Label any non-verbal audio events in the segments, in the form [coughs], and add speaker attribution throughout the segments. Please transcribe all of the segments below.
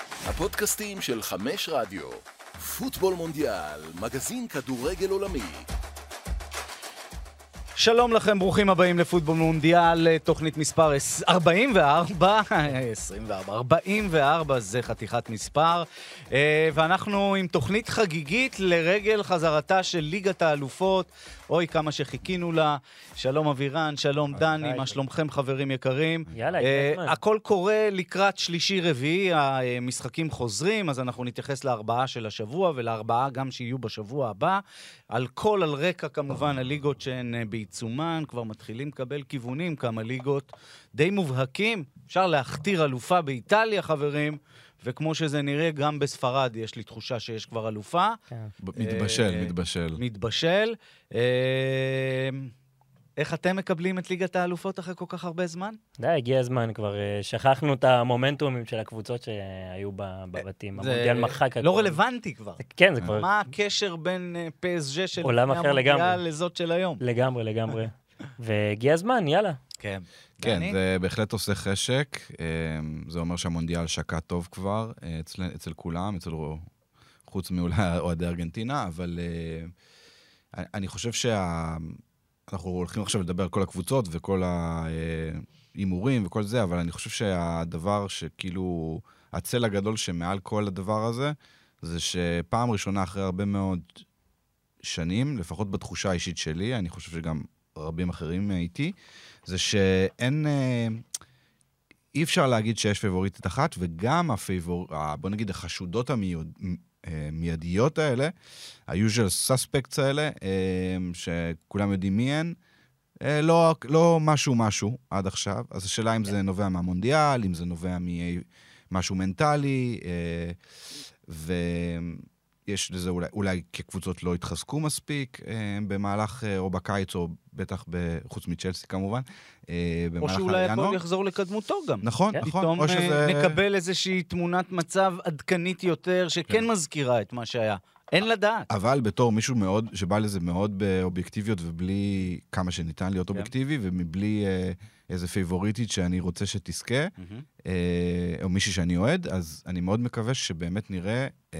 Speaker 1: הפודקאסטים של חמש רדיו. פוטבול מונדיאל, מגזין כדורגל עולמי.
Speaker 2: שלום לכם, ברוכים הבאים לפוטבול מונדיאל, אה, תוכנית מספר 44, 24, 44, זה חתיכת מספר. אה, ואנחנו עם תוכנית חגיגית לרגל חזרתה של ליגת האלופות. אוי, כמה שחיכינו לה. שלום אבירן, שלום דני, מה שלומכם חברים יקרים?
Speaker 3: יאללה,
Speaker 2: אה,
Speaker 3: הגיע הזמן.
Speaker 2: הכל קורה לקראת שלישי-רביעי, המשחקים חוזרים, אז אנחנו נתייחס לארבעה של השבוע ולארבעה גם שיהיו בשבוע הבא. על כל, על רקע כמובן הליגות שהן אה, בעיצומן, כבר מתחילים לקבל כיוונים, כמה ליגות די מובהקים. אפשר להכתיר אלופה באיטליה, חברים, וכמו שזה נראה, גם בספרד יש לי תחושה שיש כבר אלופה.
Speaker 4: ב- מתבשל,
Speaker 2: אה,
Speaker 4: מתבשל.
Speaker 2: מתבשל. אה, איך אתם מקבלים את ליגת האלופות אחרי כל כך הרבה זמן?
Speaker 3: די, הגיע הזמן כבר, אה, שכחנו את המומנטומים של הקבוצות שהיו ב- בבתים.
Speaker 2: זה
Speaker 3: המונדיאל מחק הכל.
Speaker 2: לא רלוונטי כבר.
Speaker 3: זה- כן, זה כבר
Speaker 2: מה הקשר בין אה, PSG של
Speaker 3: עולם
Speaker 2: לפני
Speaker 3: אחר
Speaker 2: המונדיאל
Speaker 3: לגמרי.
Speaker 2: לזאת של היום?
Speaker 3: לגמרי, לגמרי. והגיע הזמן, יאללה.
Speaker 2: כן.
Speaker 4: כן, זה בהחלט עושה חשק. אה, זה אומר שהמונדיאל שקע טוב כבר אה, אצל, אצל כולם, אצל רוא- חוץ מאולי אוהדי ארגנטינה, אבל אה, אני חושב שה... אנחנו הולכים עכשיו לדבר על כל הקבוצות וכל ההימורים וכל זה, אבל אני חושב שהדבר שכאילו, הצל הגדול שמעל כל הדבר הזה, זה שפעם ראשונה אחרי הרבה מאוד שנים, לפחות בתחושה האישית שלי, אני חושב שגם רבים אחרים איתי, זה שאין... אה, אי אפשר להגיד שיש פייבוריטית אחת, וגם הפייבור... ה- בוא נגיד החשודות המיידיות האלה, ה-usual suspects האלה, אה, שכולם יודעים מי הן, אה, לא, לא משהו משהו עד עכשיו. אז השאלה אם
Speaker 2: כן.
Speaker 4: זה נובע מהמונדיאל, אם זה נובע ממשהו מנטלי, אה, ויש לזה אולי, אולי כקבוצות לא התחזקו מספיק אה, במהלך, אה, או בקיץ, או בטח, ב- חוץ מצ'לסי כמובן, אה,
Speaker 2: או
Speaker 4: במהלך
Speaker 2: שאולי הכל
Speaker 4: ינואר.
Speaker 2: יחזור לקדמותו גם.
Speaker 4: נכון, נכון.
Speaker 2: כן, פתאום
Speaker 4: או שזה...
Speaker 2: שזה... נקבל איזושהי תמונת מצב עדכנית יותר, שכן
Speaker 4: כן.
Speaker 2: מזכירה את מה שהיה. אין לדעת.
Speaker 4: אבל בתור מישהו מאוד, שבא לזה מאוד באובייקטיביות ובלי כמה שניתן להיות
Speaker 2: כן.
Speaker 4: אובייקטיבי, ומבלי אה, איזה פייבוריטית שאני רוצה שתזכה, אה, או מישהי שאני אוהד, אז אני מאוד מקווה שבאמת נראה אה,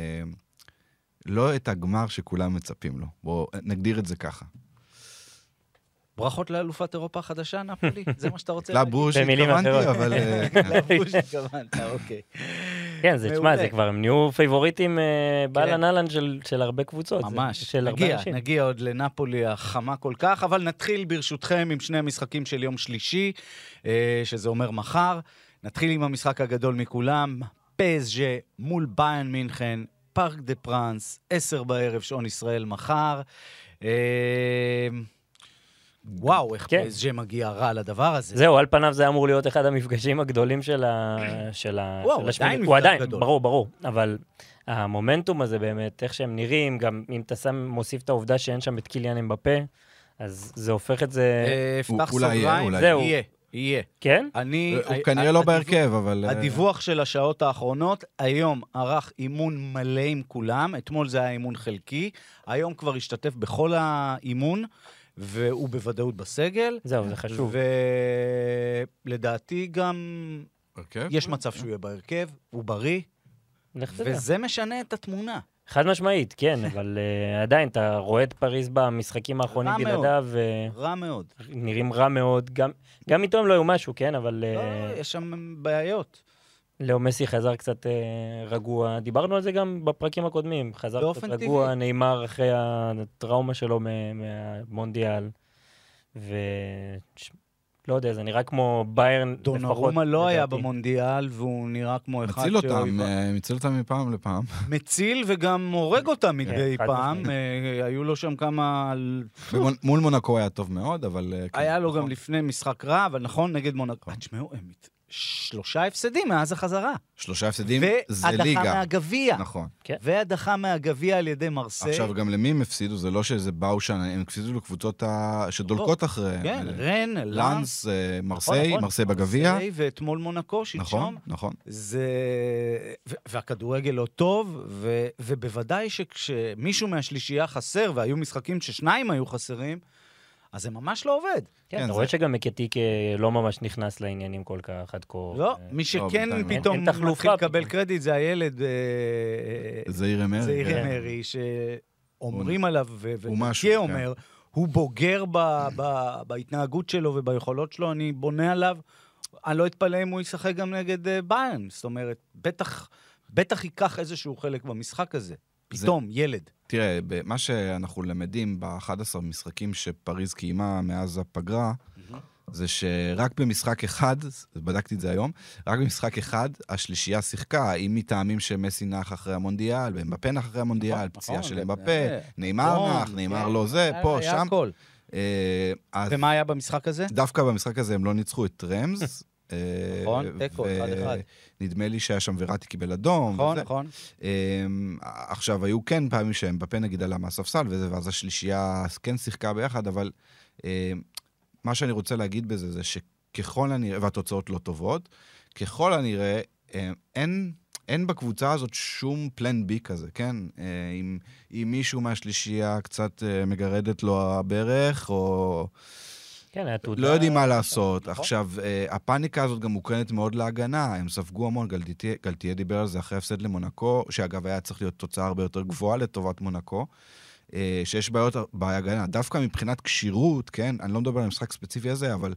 Speaker 4: לא את הגמר שכולם מצפים לו. בואו נגדיר את זה ככה.
Speaker 2: ברכות לאלופת אירופה החדשה, נפולי, זה מה שאתה
Speaker 4: [laughs]
Speaker 2: רוצה להגיד.
Speaker 4: לברוש
Speaker 3: במילים
Speaker 4: התכוונתי,
Speaker 3: אחרות.
Speaker 4: לא
Speaker 2: [laughs]
Speaker 4: אבל... אה, כן.
Speaker 2: לברוש התכוונת, אוקיי.
Speaker 3: כן, זה, תשמע,
Speaker 2: מעולה.
Speaker 3: זה כבר, הם נהיו פייבוריטים אה, באלן
Speaker 2: כן.
Speaker 3: אהלן של- של הרבה קבוצות. זה-
Speaker 2: ממש.
Speaker 3: של הרבה
Speaker 2: נגיע,
Speaker 3: אנשים.
Speaker 2: נגיע עוד לנפולי החמה כל כך, אבל נתחיל ברשותכם עם שני המשחקים של יום שלישי, אה, שזה אומר מחר. נתחיל עם המשחק הגדול מכולם, פסג'ה מול ביין מינכן, פארק דה פרנס, עשר בערב, שעון ישראל מחר. אה, וואו, איך
Speaker 3: כן.
Speaker 2: פסג'ה מגיע רע לדבר הזה.
Speaker 3: זהו, על פניו זה אמור להיות אחד המפגשים הגדולים של ה... של ה...
Speaker 2: וואו,
Speaker 3: של
Speaker 2: הוא
Speaker 3: השמינית.
Speaker 2: עדיין
Speaker 3: הוא
Speaker 2: מפגש
Speaker 3: עדיין,
Speaker 2: גדול.
Speaker 3: ברור, ברור. אבל המומנטום הזה באמת, איך שהם נראים, גם אם אתה שם, מוסיף את העובדה שאין שם את קיליאן אמבפה, אז זה הופך את זה...
Speaker 2: אה, פתח
Speaker 4: אולי יהיה,
Speaker 2: סוגריים,
Speaker 4: אולי.
Speaker 3: זהו.
Speaker 2: יהיה, יהיה.
Speaker 3: כן?
Speaker 2: אני...
Speaker 4: הוא
Speaker 2: I-
Speaker 4: כנראה
Speaker 2: I-
Speaker 4: לא
Speaker 2: הדיווח-
Speaker 4: בהרכב, אבל... אה,
Speaker 2: הדיווח של השעות האחרונות, היום ערך אימון מלא עם כולם, אתמול זה היה אימון חלקי, היום כבר השתתף בכל האימון, והוא בוודאות בסגל.
Speaker 3: זהו, זה חשוב.
Speaker 2: ולדעתי גם
Speaker 4: הרכב?
Speaker 2: יש מצב שהוא יהיה בהרכב, הוא בריא,
Speaker 3: לך תדע.
Speaker 2: וזה משנה את התמונה.
Speaker 3: חד משמעית, כן, אבל אה, עדיין, אתה רואה את פריז במשחקים האחרונים
Speaker 2: רע מאוד.
Speaker 3: בלעדיו, אה,
Speaker 2: רע מאוד.
Speaker 3: נראים רע מאוד. גם- גם איתו הם לא היו משהו, כן, אבל
Speaker 2: לא,
Speaker 3: אה,
Speaker 2: יש שם בעיות.
Speaker 3: לאו מסי חזר קצת אה, רגוע. דיברנו על זה גם בפרקים הקודמים. חזר קצת
Speaker 2: באופן
Speaker 3: רגוע,
Speaker 2: טבעי.
Speaker 3: נאמר אחרי הטראומה שלו מ- מהמונדיאל. ולא יודע, זה נראה כמו ביירן, לפחות.
Speaker 2: דונרומה לא היה
Speaker 3: לדעתי.
Speaker 2: במונדיאל, והוא נראה כמו אחד
Speaker 4: מציל אותם,
Speaker 2: שהוא-
Speaker 4: אה, מציל אותם מפעם
Speaker 2: [laughs]
Speaker 4: לפעם.
Speaker 2: מציל וגם הורג אותם מדי
Speaker 3: כן, חד
Speaker 2: פעם.
Speaker 3: משמעית.
Speaker 2: אה, היו לו שם כמה
Speaker 4: ומול- מול מונקו היה טוב מאוד, אבל... אה, כן,
Speaker 2: היה לו גם
Speaker 4: נכון.
Speaker 2: לפני משחק רע, אבל נכון, נגד מונקו. אה, תשמעו, הם מת- שלושה הפסדים מאז החזרה.
Speaker 4: שלושה הפסדים, זה
Speaker 2: והדחה
Speaker 4: ליגה.
Speaker 2: מהגביע.
Speaker 4: נכון.
Speaker 2: והדחה מהגביע על ידי מרסיי.
Speaker 4: עכשיו, גם למי הם הפסידו? זה לא שזה באו שם, הם הפסידו לקבוצות ה- שדולקות אחריהם.
Speaker 2: כן,
Speaker 4: אה,
Speaker 2: רן, לאנס,
Speaker 4: לאנס, אה, מרסיי,
Speaker 3: נכון.
Speaker 4: מרסיי בגביע.
Speaker 2: מרסיי, ואתמול מונקו,
Speaker 4: נכון,
Speaker 2: שלשום.
Speaker 4: נכון.
Speaker 2: זה... ו- והכדורגל לא טוב, ו... ובוודאי שכשמישהו מהשלישייה חסר, והיו משחקים ששניים היו חסרים, אז זה ממש לא עובד.
Speaker 3: כן,
Speaker 4: כן,
Speaker 3: אתה
Speaker 4: זה-
Speaker 3: רואה שגם מקטיקה לא ממש נכנס לעניינים כל כך עד כה.
Speaker 2: לא,
Speaker 3: אה,
Speaker 2: מי
Speaker 4: בינתיים
Speaker 2: שכן
Speaker 4: אין-
Speaker 2: פתאום
Speaker 3: אין תחלופה
Speaker 2: מתחיל לקבל
Speaker 3: פתאום.
Speaker 2: קרדיט זה הילד אה, אה,
Speaker 4: זעיר אמר.
Speaker 2: זעיר
Speaker 3: כן.
Speaker 2: אמרי, שאומרים עליו,
Speaker 4: הוא משהו,
Speaker 2: ותהיה
Speaker 4: כן.
Speaker 2: אומר, הוא בוגר ב- ב- בהתנהגות שלו וביכולות שלו, אני בונה עליו. אני לא אתפלא אם הוא ישחק גם נגד אה, ביירן, זאת אומרת, בטח, בטח ייקח איזשהו חלק במשחק הזה.
Speaker 4: זה-
Speaker 2: פתאום, ילד.
Speaker 4: תראה, ב- מה שאנחנו למדים ב-11 משחקים שפריז קיימה מאז הפגרה, זה שרק במשחק אחד, בדקתי את זה היום, רק במשחק אחד השלישייה שיחקה, אם מטעמים שמסי נח אחרי המונדיאל, ומבפה נח אחרי המונדיאל,
Speaker 2: נכון,
Speaker 4: פציעה
Speaker 2: נכון,
Speaker 4: של
Speaker 2: זה-
Speaker 4: אמבפה,
Speaker 2: זה-
Speaker 4: נאמר נח,
Speaker 2: נכון,
Speaker 4: נאמר
Speaker 2: כן.
Speaker 4: לא זה, פה,
Speaker 2: היה
Speaker 4: שם.
Speaker 2: הכל.
Speaker 4: אה, אז
Speaker 2: ומה היה במשחק הזה?
Speaker 4: דווקא במשחק הזה הם לא ניצחו את רמז. אה,
Speaker 2: נכון, תיקו,
Speaker 4: ו- אה,
Speaker 2: אחד-אחד.
Speaker 4: נדמה לי שהיה שם וראטי קיבל אדום.
Speaker 2: נכון,
Speaker 4: וזה.
Speaker 2: נכון.
Speaker 4: אמ, עכשיו, היו כן פעמים שהם בפה נגיד עלה מהספסל וזה, ואז השלישייה כן שיחקה ביחד, אבל אמ, מה שאני רוצה להגיד בזה זה שככל הנראה, והתוצאות לא טובות, ככל הנראה, אמ, אין... אין בקבוצה הזאת שום פלן בי כזה, כן? אה, אם, אם מישהו מהשלישייה קצת אה, מגרדת לו הברך, או
Speaker 3: כן, היה תעודה.
Speaker 4: לא יודעים מה לעשות.
Speaker 2: נכון.
Speaker 4: עכשיו, אה, הפאניקה הזאת גם מוקרנת מאוד להגנה, הם ספגו המון, גלטיה- גלתיה דיבר על זה אחרי הפסד למונקו, שאגב, היה צריך להיות תוצאה הרבה יותר גבוהה לטובת מונקו, אה, שיש בעיות בהגנה. דווקא מבחינת כשירות, כן, אני לא מדבר על המשחק הספציפי הזה, אבל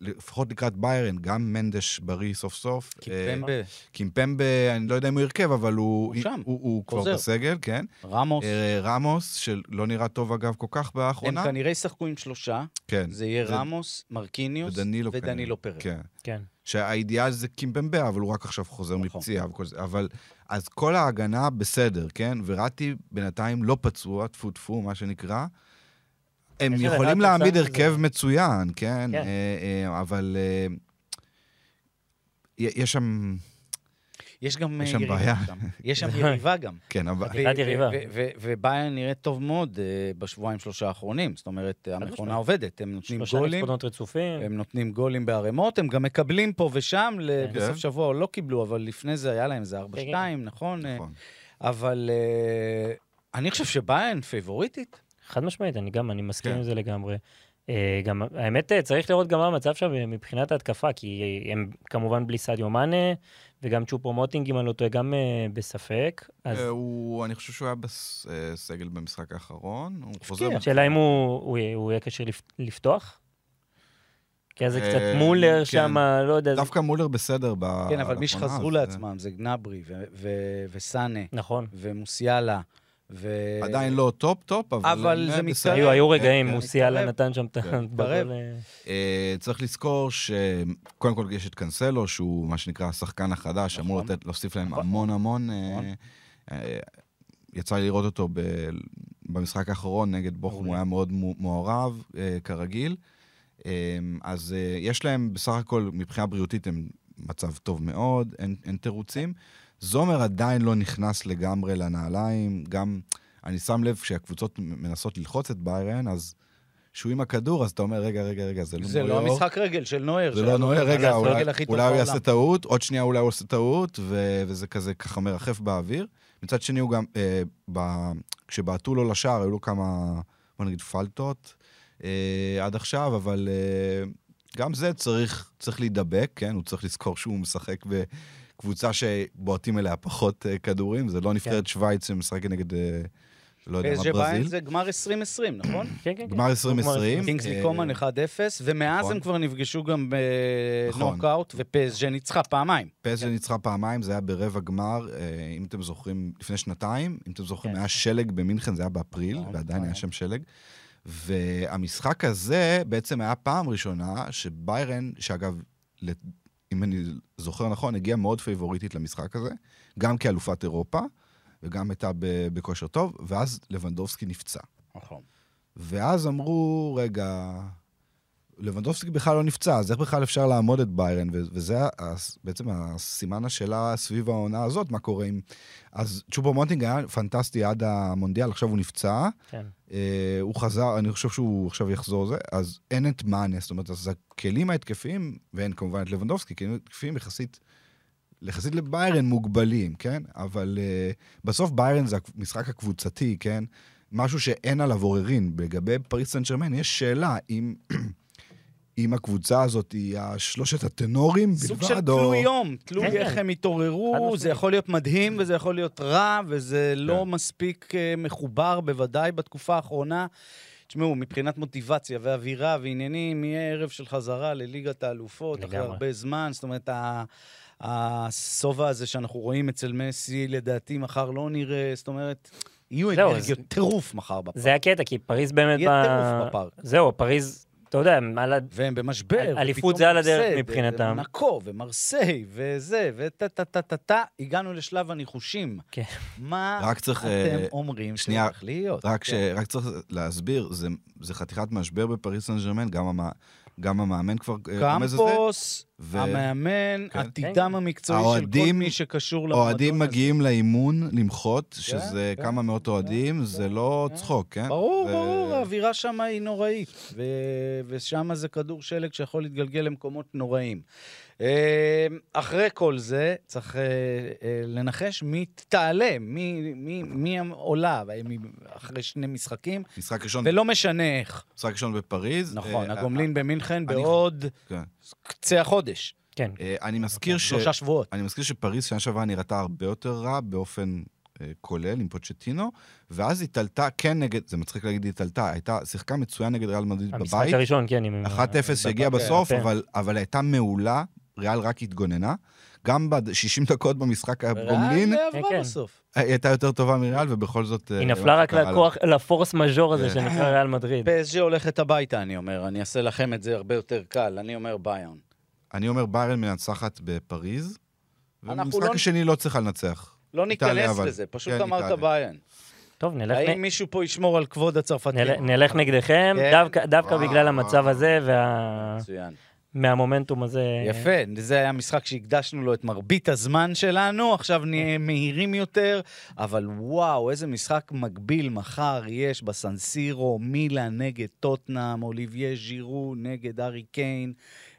Speaker 4: לפחות לקראת ביירן, גם מנדש בריא סוף סוף. אה,
Speaker 2: קיפם ב-
Speaker 4: קימפמבה, אני לא יודע אם הוא הרכב, אבל הוא,
Speaker 2: הוא שם,
Speaker 4: הוא, הוא
Speaker 2: חוזר.
Speaker 4: כבר בסגל, כן.
Speaker 2: רמוס.
Speaker 4: אה, רמוס, שלא נראה טוב אגב כל כך
Speaker 2: הם
Speaker 4: באחרונה.
Speaker 2: כנראה ישחקו עם שלושה.
Speaker 4: כן.
Speaker 2: זה יהיה
Speaker 4: זה-
Speaker 2: רמוס, מרקיניוס
Speaker 4: ודנילו כנראה.
Speaker 2: ודנילו פרק.
Speaker 4: כן.
Speaker 3: כן.
Speaker 4: שהאידיאל זה קימבמבה, אבל הוא רק עכשיו חוזר
Speaker 2: נכון.
Speaker 4: מפציעה וכל זה. אבל, אז כל ההגנה בסדר, כן? וראטי בינתיים לא פצוע, טפו טפו, מה שנקרא. הם
Speaker 3: יש לזה
Speaker 4: יכולים
Speaker 3: רק
Speaker 4: להעמיד
Speaker 3: תוצאה
Speaker 4: הרכב מצוין, כן?
Speaker 3: כן.
Speaker 4: אה, אה, אבל אה, יש שם...
Speaker 2: יש גם אה,
Speaker 4: יש שם
Speaker 2: יריבה
Speaker 4: בעיה. [laughs]
Speaker 2: שם. יש שם יריבה גם.
Speaker 4: כן, אבל...
Speaker 3: אווירת
Speaker 2: ו-
Speaker 3: יריבה.
Speaker 2: ו- ו- וביין נראית טוב מאוד אה, בשבועיים שלושה האחרונים. זאת אומרת, המכונה
Speaker 3: משמעית.
Speaker 2: עובדת. הם נותנים
Speaker 3: שלושה
Speaker 2: גולים,
Speaker 3: ניצחונות רצופים.
Speaker 2: הם נותנים גולים בערימות, הם גם מקבלים פה ושם, ל-
Speaker 3: כן.
Speaker 2: בסוף שבוע לא קיבלו, אבל לפני זה היה להם איזה 4-2, נכון? אה,
Speaker 4: נכון.
Speaker 2: אבל אה, אני חושב שביין פייבוריטית.
Speaker 3: חד משמעית, אני גם, אני מסכים
Speaker 4: כן.
Speaker 3: עם זה לגמרי. אה, גם, האמת, אה, צריך לראות גם מה המצב שם אה, מבחינת ההתקפה, כי אה, הם כמובן בלי סעדיו מאנה, וגם צ'ופו מוטינג, אם אני לא טועה, גם אה, בספק. אז
Speaker 4: אה, הוא, אני חושב שהוא היה בסגל במשחק האחרון. הוא חוזר...
Speaker 2: הפקיע.
Speaker 3: כן, השאלה אם הוא, הוא, יהיה- הוא יהיה קשה לפ- לפתוח? כי אז זה קצת
Speaker 4: אה,
Speaker 3: מולר
Speaker 4: כן.
Speaker 3: שם, לא יודע. זה-
Speaker 4: דווקא מולר בסדר ב...
Speaker 2: כן, אבל מי
Speaker 4: לאחרונה,
Speaker 2: שחזרו
Speaker 4: אה, נכון, אז,
Speaker 2: לעצמם זה גנברי ו- ו- וסאנה
Speaker 3: נכון.
Speaker 2: ומוסיאלה. ו-
Speaker 4: אה, עדיין לא טופ-טופ, אבל...
Speaker 2: אבל
Speaker 4: הם,
Speaker 2: זה
Speaker 4: אה, בסדר.
Speaker 2: מתקרב.
Speaker 3: היו, היו רגעים,
Speaker 4: כן,
Speaker 3: הוא
Speaker 4: כן.
Speaker 3: סיאלה
Speaker 2: מתקרב.
Speaker 3: נתן שם את ה...
Speaker 2: מתקרב.
Speaker 4: אה, צריך לזכור שקודם כל יש את קאנסלו, שהוא מה שנקרא השחקן החדש, אמור
Speaker 2: נכון.
Speaker 4: לתת, להוסיף להם
Speaker 2: נכון.
Speaker 4: המון המון. אה,
Speaker 2: נכון.
Speaker 4: אה, יצא לי לראות אותו ב, במשחק האחרון נגד בוכם, הוא
Speaker 2: מעולה.
Speaker 4: היה מאוד מו- מעורב, אה, כרגיל. אה, אז אה, יש להם, בסך הכל, מבחינה בריאותית הם מצב טוב מאוד, אין, אין תירוצים. זומר עדיין לא נכנס לגמרי לנעליים, גם אני שם לב כשהקבוצות מנסות ללחוץ את ביירן, אז שהוא עם הכדור, אז אתה אומר, רגע, רגע, רגע, זה לא
Speaker 2: זה
Speaker 4: ניו
Speaker 2: לא
Speaker 4: יורק,
Speaker 2: המשחק רגל של נויר.
Speaker 4: זה
Speaker 2: שהיה
Speaker 4: לא נוער,
Speaker 2: לו
Speaker 4: רגע,
Speaker 2: הסרגל
Speaker 4: אולי
Speaker 2: הכי טוב
Speaker 4: אולי הוא
Speaker 2: בעולם.
Speaker 4: יעשה טעות, עוד שנייה אולי הוא עושה טעות, ו- וזה כזה ככה מרחף באוויר. מצד שני, הוא גם, אה, ב- כשבעטו לו לשער, היו לו כמה, בוא נגיד, פלטות אה, עד עכשיו, אבל אה, גם זה צריך, צריך להידבק, כן? הוא צריך לזכור שהוא משחק בקבוצה שבועטים אליה פחות אה, כדורים, זה לא
Speaker 2: כן.
Speaker 4: נבחרת שווייץ שמשחקת נגד, אה, לא יודע
Speaker 2: PSG
Speaker 4: מה,
Speaker 2: ביין
Speaker 4: ברזיל.
Speaker 2: זה גמר 2020, נכון?
Speaker 3: כן, כן, כן.
Speaker 4: גמר 2020.
Speaker 2: קינגסלי
Speaker 4: אה,
Speaker 2: קומן 1-0, ומאז הם
Speaker 4: נכון.
Speaker 2: כבר נפגשו גם אה,
Speaker 4: נכון.
Speaker 2: בנוקאוט, ופסג'ה ניצחה פעמיים.
Speaker 4: פז ניצחה פעמיים, זה היה ברבע גמר, אה, אם אתם זוכרים, לפני שנתיים, אם אתם זוכרים,
Speaker 3: כן.
Speaker 4: היה שלג במינכן, זה היה באפריל,
Speaker 2: נכון,
Speaker 4: ועדיין היה
Speaker 2: נכון.
Speaker 4: שם שלג. והמשחק הזה בעצם היה פעם ראשונה שביירן, שאגב, ל- אם אני זוכר נכון, הגיעה מאוד פייבוריטית למשחק הזה, גם כאלופת אירופה, וגם הייתה ב- בכושר טוב, ואז לבנדובסקי נפצע.
Speaker 2: נכון.
Speaker 4: ואז אמרו, רגע, לבנדובסקי בכלל לא נפצע, אז איך בכלל אפשר לעמוד את ביירן? ו- וזה ה- הס- בעצם הסימן השאלה סביב העונה הזאת, מה קורה עם... אז צ'ופו מונטינג היה פנטסטי עד המונדיאל, עכשיו הוא נפצע,
Speaker 3: כן.
Speaker 4: אה, הוא חזר, אני חושב שהוא עכשיו יחזור זה, אז אין את מאנה, זאת אומרת, אז הכלים ההתקפיים, ואין כמובן את לבנדובסקי, כלים התקפיים יחסית... יחסית אה, לביירן מוגבלים, כן? אבל uh, בסוף ביירן זה המשחק הקבוצתי, כן? משהו שאין עליו עוררין. לגבי פריס סן ג'רמן, יש שאלה אם... [clears throat] אם הקבוצה הזאת היא השלושת הטנורים בלבד,
Speaker 2: סוג של
Speaker 4: או...
Speaker 2: תלוי יום, תלוי
Speaker 3: כן,
Speaker 2: איך
Speaker 3: כן.
Speaker 2: הם
Speaker 3: חד
Speaker 2: התעוררו,
Speaker 3: משמעית. כן.
Speaker 2: זה יכול להיות מדהים וזה יכול להיות רע, וזה לא מספיק אה, מחובר, בוודאי בתקופה האחרונה. תשמעו, מבחינת מוטיבציה ואווירה ועניינים, יהיה ערב של חזרה לליגת האלופות, אחרי
Speaker 3: לגמרי.
Speaker 2: הרבה זמן, זאת אומרת, ה- השובע הזה שאנחנו רואים אצל מסי, לדעתי מחר לא נראה, זאת אומרת, יהיו
Speaker 3: זהו,
Speaker 2: אנרגיות טירוף מחר בפארק.
Speaker 3: זה הקטע, כי פריז באמת...
Speaker 2: יהיה
Speaker 3: ב-
Speaker 2: טירוף בפארק.
Speaker 3: זהו, פריז, אתה יודע, הם על ה-
Speaker 2: והם במשבר.
Speaker 3: אל- אליפות
Speaker 2: ופתאום
Speaker 3: זה על הדרך
Speaker 2: הפסד,
Speaker 3: מבחינתם.
Speaker 2: ומונקו, ומרסיי, וזה, וטה-טה-טה-טה-טה, הגענו לשלב הניחושים.
Speaker 3: כן.
Speaker 2: מה
Speaker 4: רק צריך...
Speaker 2: אתם
Speaker 4: אה,
Speaker 2: אומרים
Speaker 4: שנייה,
Speaker 2: שהולך להיות?
Speaker 4: רק, ש...
Speaker 2: כן.
Speaker 4: רק צריך להסביר, זה, זה חתיכת משבר בפריס סן ג'רמן, גם, המ... גם המאמן כבר אה, רומז לזה.
Speaker 2: קמפוס,
Speaker 4: ו-
Speaker 2: המאמן,
Speaker 4: כן.
Speaker 2: עתידם המקצועי של כל
Speaker 4: האוהדים-
Speaker 2: מי שקשור למועדון.
Speaker 4: אוהדים
Speaker 2: הזה.
Speaker 4: מגיעים לאימון למחות, שזה
Speaker 2: כן,
Speaker 4: כמה מאות אוהדים, זה לא
Speaker 2: כן.
Speaker 4: צחוק, כן?
Speaker 2: ברור,
Speaker 4: זה-
Speaker 2: ברור, האווירה שם היא נוראית, ו- ושם זה כדור שלג שיכול להתגלגל למקומות נוראים. אה, אחרי כל זה, צריך אה, אה, לנחש מי תעלה, מי- מי- מי עולה אה, מי- אחרי שני משחקים,
Speaker 4: משחק ראשון,
Speaker 2: ולא משנה איך.
Speaker 4: משחק ראשון בפריז.
Speaker 2: נכון,
Speaker 4: אה,
Speaker 2: הגומלין במינכן
Speaker 4: אני-
Speaker 2: בעוד
Speaker 4: כן.
Speaker 2: קצה החודש,
Speaker 3: כן.
Speaker 4: אה, אני מזכיר ש...
Speaker 2: נכון, שלושה שבועות.
Speaker 4: אני מזכיר שפריז שנה שעברה נראתה הרבה יותר רע באופן אה, כולל עם פוצ'טינו, ואז היא תלתה כן נגד, זה מצחיק להגיד היא תלתה, הייתה, שיחקה מצוין נגד ריאל מדריד
Speaker 3: המשחק
Speaker 4: בבית,
Speaker 3: הראשון, כן. עם-
Speaker 4: 1-0
Speaker 2: אה,
Speaker 4: שהגיע
Speaker 3: בבית,
Speaker 4: בסוף,
Speaker 3: כן.
Speaker 4: אבל- אבל הייתה מעולה, ריאל רק התגוננה. גם ב-60 דקות במשחק הגומלין,
Speaker 2: וריאל עברה
Speaker 3: כן, כן.
Speaker 2: אה, בסוף.
Speaker 4: אה, היא הייתה יותר טובה מריאל, ובכל זאת... אה,
Speaker 3: היא נפלה רק
Speaker 4: קרה לה.
Speaker 3: לכוח, לפורס מז'ור הזה
Speaker 4: אה.
Speaker 3: שנקרא ריאל מדריד.
Speaker 2: PSG הולכת הביתה, אני אומר, אני אעשה לכם את זה הרבה יותר קל, אני אומר ביון.
Speaker 4: אני אומר, ביירן מנצחת בפריז,
Speaker 2: אנחנו
Speaker 4: ובמשחק
Speaker 2: לא-
Speaker 4: השני לא צריכה לנצח.
Speaker 2: לא
Speaker 4: איטליה,
Speaker 2: ניכנס
Speaker 4: אבל.
Speaker 2: לזה, פשוט
Speaker 4: כן,
Speaker 2: אמרת
Speaker 4: איטליה.
Speaker 2: ביון.
Speaker 3: טוב, נלך נ-
Speaker 2: האם מישהו פה ישמור על כבוד הצרפתים?
Speaker 3: נל- נלך נגדכם,
Speaker 2: כן.
Speaker 3: דווקא- דווקא
Speaker 4: וואו,
Speaker 3: בגלל המצב
Speaker 4: וואו.
Speaker 3: הזה וה-
Speaker 2: מצוין.
Speaker 3: מהמומנטום הזה.
Speaker 2: יפה, זה היה משחק שהקדשנו לו את מרבית הזמן שלנו, עכשיו
Speaker 3: אה.
Speaker 2: נהיה מהירים יותר, אבל וואו, איזה משחק מקביל מחר יש בסנסירו, מילה נגד טוטנאם, אוליביה ז'ירו נגד ארי קיין,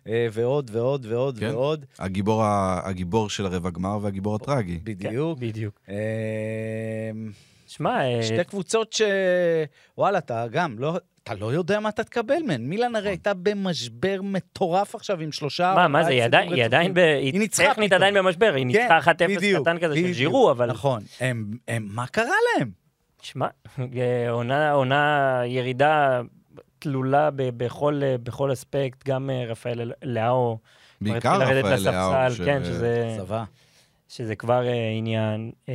Speaker 2: אה, ועוד ועוד ועוד
Speaker 4: כן.
Speaker 2: ועוד,
Speaker 4: הגיבור ה- הגיבור של הרבע גמר והגיבור הטרגי.
Speaker 3: כן,
Speaker 2: בדיוק.
Speaker 3: בדיוק.
Speaker 2: אה,
Speaker 3: שמע, אה,
Speaker 2: שתי קבוצות ש... וואלה, אתה גם לא... אתה לא יודע מה אתה תקבל מהן. מילאן הרי הייתה במשבר מטורף עכשיו עם שלושה...
Speaker 3: נכון. מה, מה
Speaker 2: ארבעה
Speaker 3: זה, היא
Speaker 2: הפסדים
Speaker 3: עדיין, היא עדיין, ב... היא
Speaker 2: ניצחה
Speaker 3: טכנית
Speaker 2: פתאום.
Speaker 3: עדיין במשבר, היא
Speaker 2: כן,
Speaker 3: ניצחה 1-0
Speaker 2: בדיוק,
Speaker 3: קטן כזה של
Speaker 2: בדיוק.
Speaker 3: ז'ירו, אבל...
Speaker 2: נכון. הם, הם, מה קרה להם?
Speaker 3: שמע, אה, עונה, עונה ירידה תלולה ב- בכל, אה, בכל אספקט, גם אה, רפאל לאהו. כבר
Speaker 4: בעיקר
Speaker 3: התחיל לרדת
Speaker 4: רפאל לאהו,
Speaker 3: לספסל,
Speaker 4: ש-
Speaker 3: כן, שזה,
Speaker 2: צבא.
Speaker 3: שזה כבר אה, עניין. אה,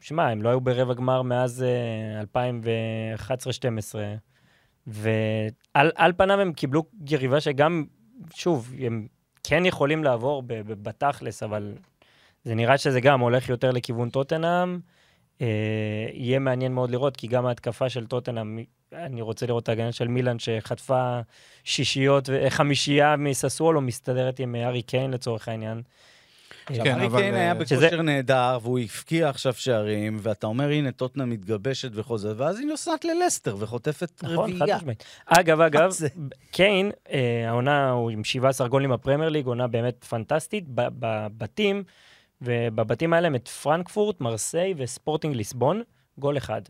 Speaker 3: שמע, הם לא היו ברבע גמר מאז אה, 2011-2012, ועל על פניו הם קיבלו יריבה שגם, שוב, הם כן יכולים לעבור ב- ב- בתכלס, אבל זה נראה שזה גם הולך יותר לכיוון טוטנאם. אה, יהיה מעניין מאוד לראות, כי גם ההתקפה של טוטנאם, אני רוצה לראות את ההגנה של מילאן שחטפה שישיות, ו- חמישייה מססוולו, מסתדרת עם אה, הארי קיין לצורך העניין.
Speaker 4: כן,
Speaker 2: כן,
Speaker 4: אבל,
Speaker 2: אבל... היה
Speaker 4: אה,
Speaker 2: בכושר נהדר, והוא הבקיע עכשיו שערים, ואתה אומר, הנה, טוטנה מתגבשת וחוזרת, ואז היא נוסעת ללסטר וחוטפת
Speaker 3: נכון, חד
Speaker 2: רביעייה.
Speaker 3: משמעית. אגב, אגב,
Speaker 2: זה?
Speaker 3: קיין, אה, העונה הוא עם 17 גולים בפרמייר ליג, עונה באמת פנטסטית, ב- בבתים, ובבתים היה להם את פרנקפורט, מרסיי וספורטינג ליסבון, גול אחד.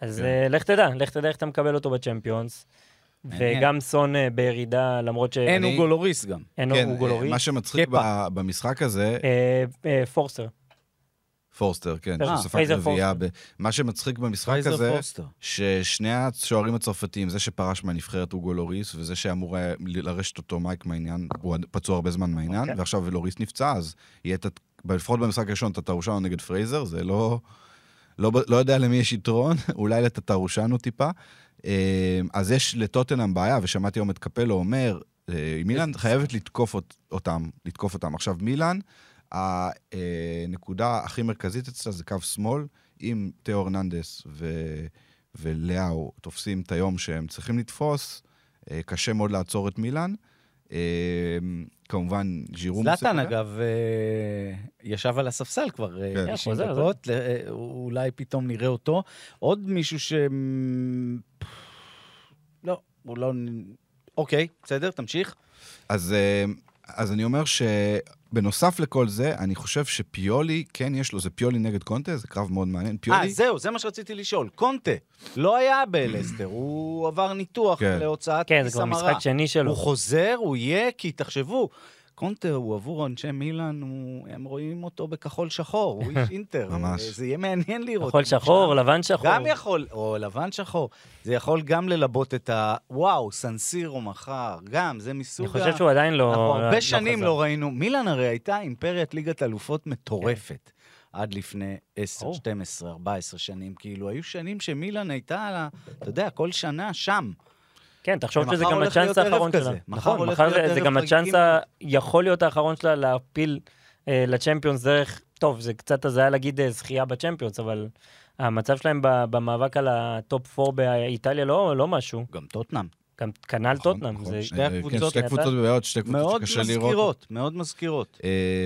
Speaker 3: אז
Speaker 4: כן.
Speaker 3: אה, לך תדע, לך תדע איך אתה מקבל אותו בצ'מפיונס.
Speaker 2: מעניין.
Speaker 3: וגם סון אה, בירידה, למרות
Speaker 2: אין
Speaker 3: שאין
Speaker 2: הוא גולוריס גם.
Speaker 4: כן,
Speaker 3: הוא גולורי.
Speaker 4: אה, מה שמצחיק
Speaker 3: קפה.
Speaker 4: ב- במשחק הזה,
Speaker 3: אה, אה, פורסר.
Speaker 4: פורסטר, כן,
Speaker 3: אה,
Speaker 4: שספג
Speaker 3: פרייזר
Speaker 4: רביעייה. ב- מה שמצחיק במשחק
Speaker 2: פרייזר
Speaker 4: הזה,
Speaker 2: פוסטר.
Speaker 4: ששני הצוערים הצרפתיים, זה שפרש מהנבחרת הוא גולוריס, וזה שאמור היה לרשת אותו מייק מהעניין, הוא עד- פצוע הרבה זמן מהעניין,
Speaker 3: אוקיי.
Speaker 4: ועכשיו לוריס נפצע, אז יהיה את... ה- לפחות במשחק הראשון, טטרושנו נגד פרייזר, זה לא... לא, ב- לא יודע למי יש יתרון, [laughs] אולי לטטרושנו טיפה. אה, אז יש לטוטנאם בעיה, ושמעתי היום את קפלו אומר, אה, מילאן חייבת לתקוף אות- אותם, לתקוף אותם. עכשיו, מילאן, הנקודה הכי מרכזית אצלה זה קו שמאל, אם תיאו הרננדס ו... ולאו תופסים את היום שהם צריכים לתפוס, אה, קשה מאוד לעצור את מילאן. אה, כמובן, ז'ירום...
Speaker 2: זלאטן, אגב, אה, ישב על הספסל כבר אה,
Speaker 4: כן.
Speaker 2: 90
Speaker 3: חוזר,
Speaker 2: דקות, ל- אה, אולי פתאום נראה אותו. עוד מישהו ש... לא, הוא לא... אוקיי, בסדר, תמשיך.
Speaker 4: אז אה, אז אני אומר שבנוסף לכל זה, אני חושב שפיולי, כן יש לו, זה פיולי נגד קונטה, זה קרב מאוד מעניין.
Speaker 2: אה,
Speaker 4: פיולי,
Speaker 2: זהו, זה מה שרציתי לשאול. קונטה לא היה בלסטר, הוא עבר ניתוח
Speaker 4: כן.
Speaker 2: להוצאת
Speaker 3: כן, זה
Speaker 2: כיס
Speaker 3: כבר משחק
Speaker 2: המרה.
Speaker 3: שני שלו.
Speaker 2: הוא חוזר, הוא יהיה, כי תחשבו, קונטה הוא עבור אנשי מילאן, הוא- הם רואים אותו בכחול שחור,
Speaker 4: [laughs]
Speaker 2: הוא איש אינטר.
Speaker 4: ממש.
Speaker 2: זה יהיה מעניין לראות.
Speaker 3: כחול
Speaker 2: אם
Speaker 3: שחור,
Speaker 2: שם-
Speaker 3: לבן שחור.
Speaker 2: גם יכול, או לבן שחור. זה יכול גם ללבות את ה... וואו, סנסירו מחר, גם, זה מסוג
Speaker 3: אני
Speaker 2: ה...
Speaker 3: חושב שהוא עדיין לא...
Speaker 2: אנחנו
Speaker 3: לא
Speaker 2: הרבה שנים
Speaker 3: חזר.
Speaker 2: לא ראינו, מילאן הרי הייתה אימפריית ליגת אלופות מטורפת עד לפני 10,
Speaker 3: ברור.
Speaker 2: 12, 14 שנים. כאילו, היו שנים שמילאן הייתה, על ה- אתה יודע, כל שנה שם.
Speaker 3: כן, תחשוב
Speaker 2: ומחר
Speaker 3: שזה גם
Speaker 2: הולך
Speaker 3: הצ'אנס
Speaker 2: להיות ערב
Speaker 3: האחרון
Speaker 2: כזה.
Speaker 3: שלה.
Speaker 2: מחר
Speaker 3: נכון,
Speaker 2: הולך
Speaker 3: מחר
Speaker 2: להיות
Speaker 3: זה- זה
Speaker 2: ערב
Speaker 3: גם
Speaker 2: חגיגי
Speaker 3: הצ'אנס ה... יכול להיות האחרון שלה להפיל אה, לצ'מפיונס דרך... טוב, זה קצת הזיה להגיד אה, זכייה בצ'מפיונס, אבל המצב שלהם ב- במאבק על הטופ 4 באיטליה לא לא משהו.
Speaker 2: גם טוטנאם.
Speaker 3: גם כנ"ל
Speaker 4: נכון,
Speaker 3: טוטנאם.
Speaker 4: נכון.
Speaker 3: זה-
Speaker 2: שתי
Speaker 4: אה, כן,
Speaker 2: הקבוצות
Speaker 4: שתי קבוצות בבעיות, שתי קבוצות
Speaker 2: מאוד
Speaker 4: שקשה לראות.
Speaker 2: מזכירות, מאוד מזכירות.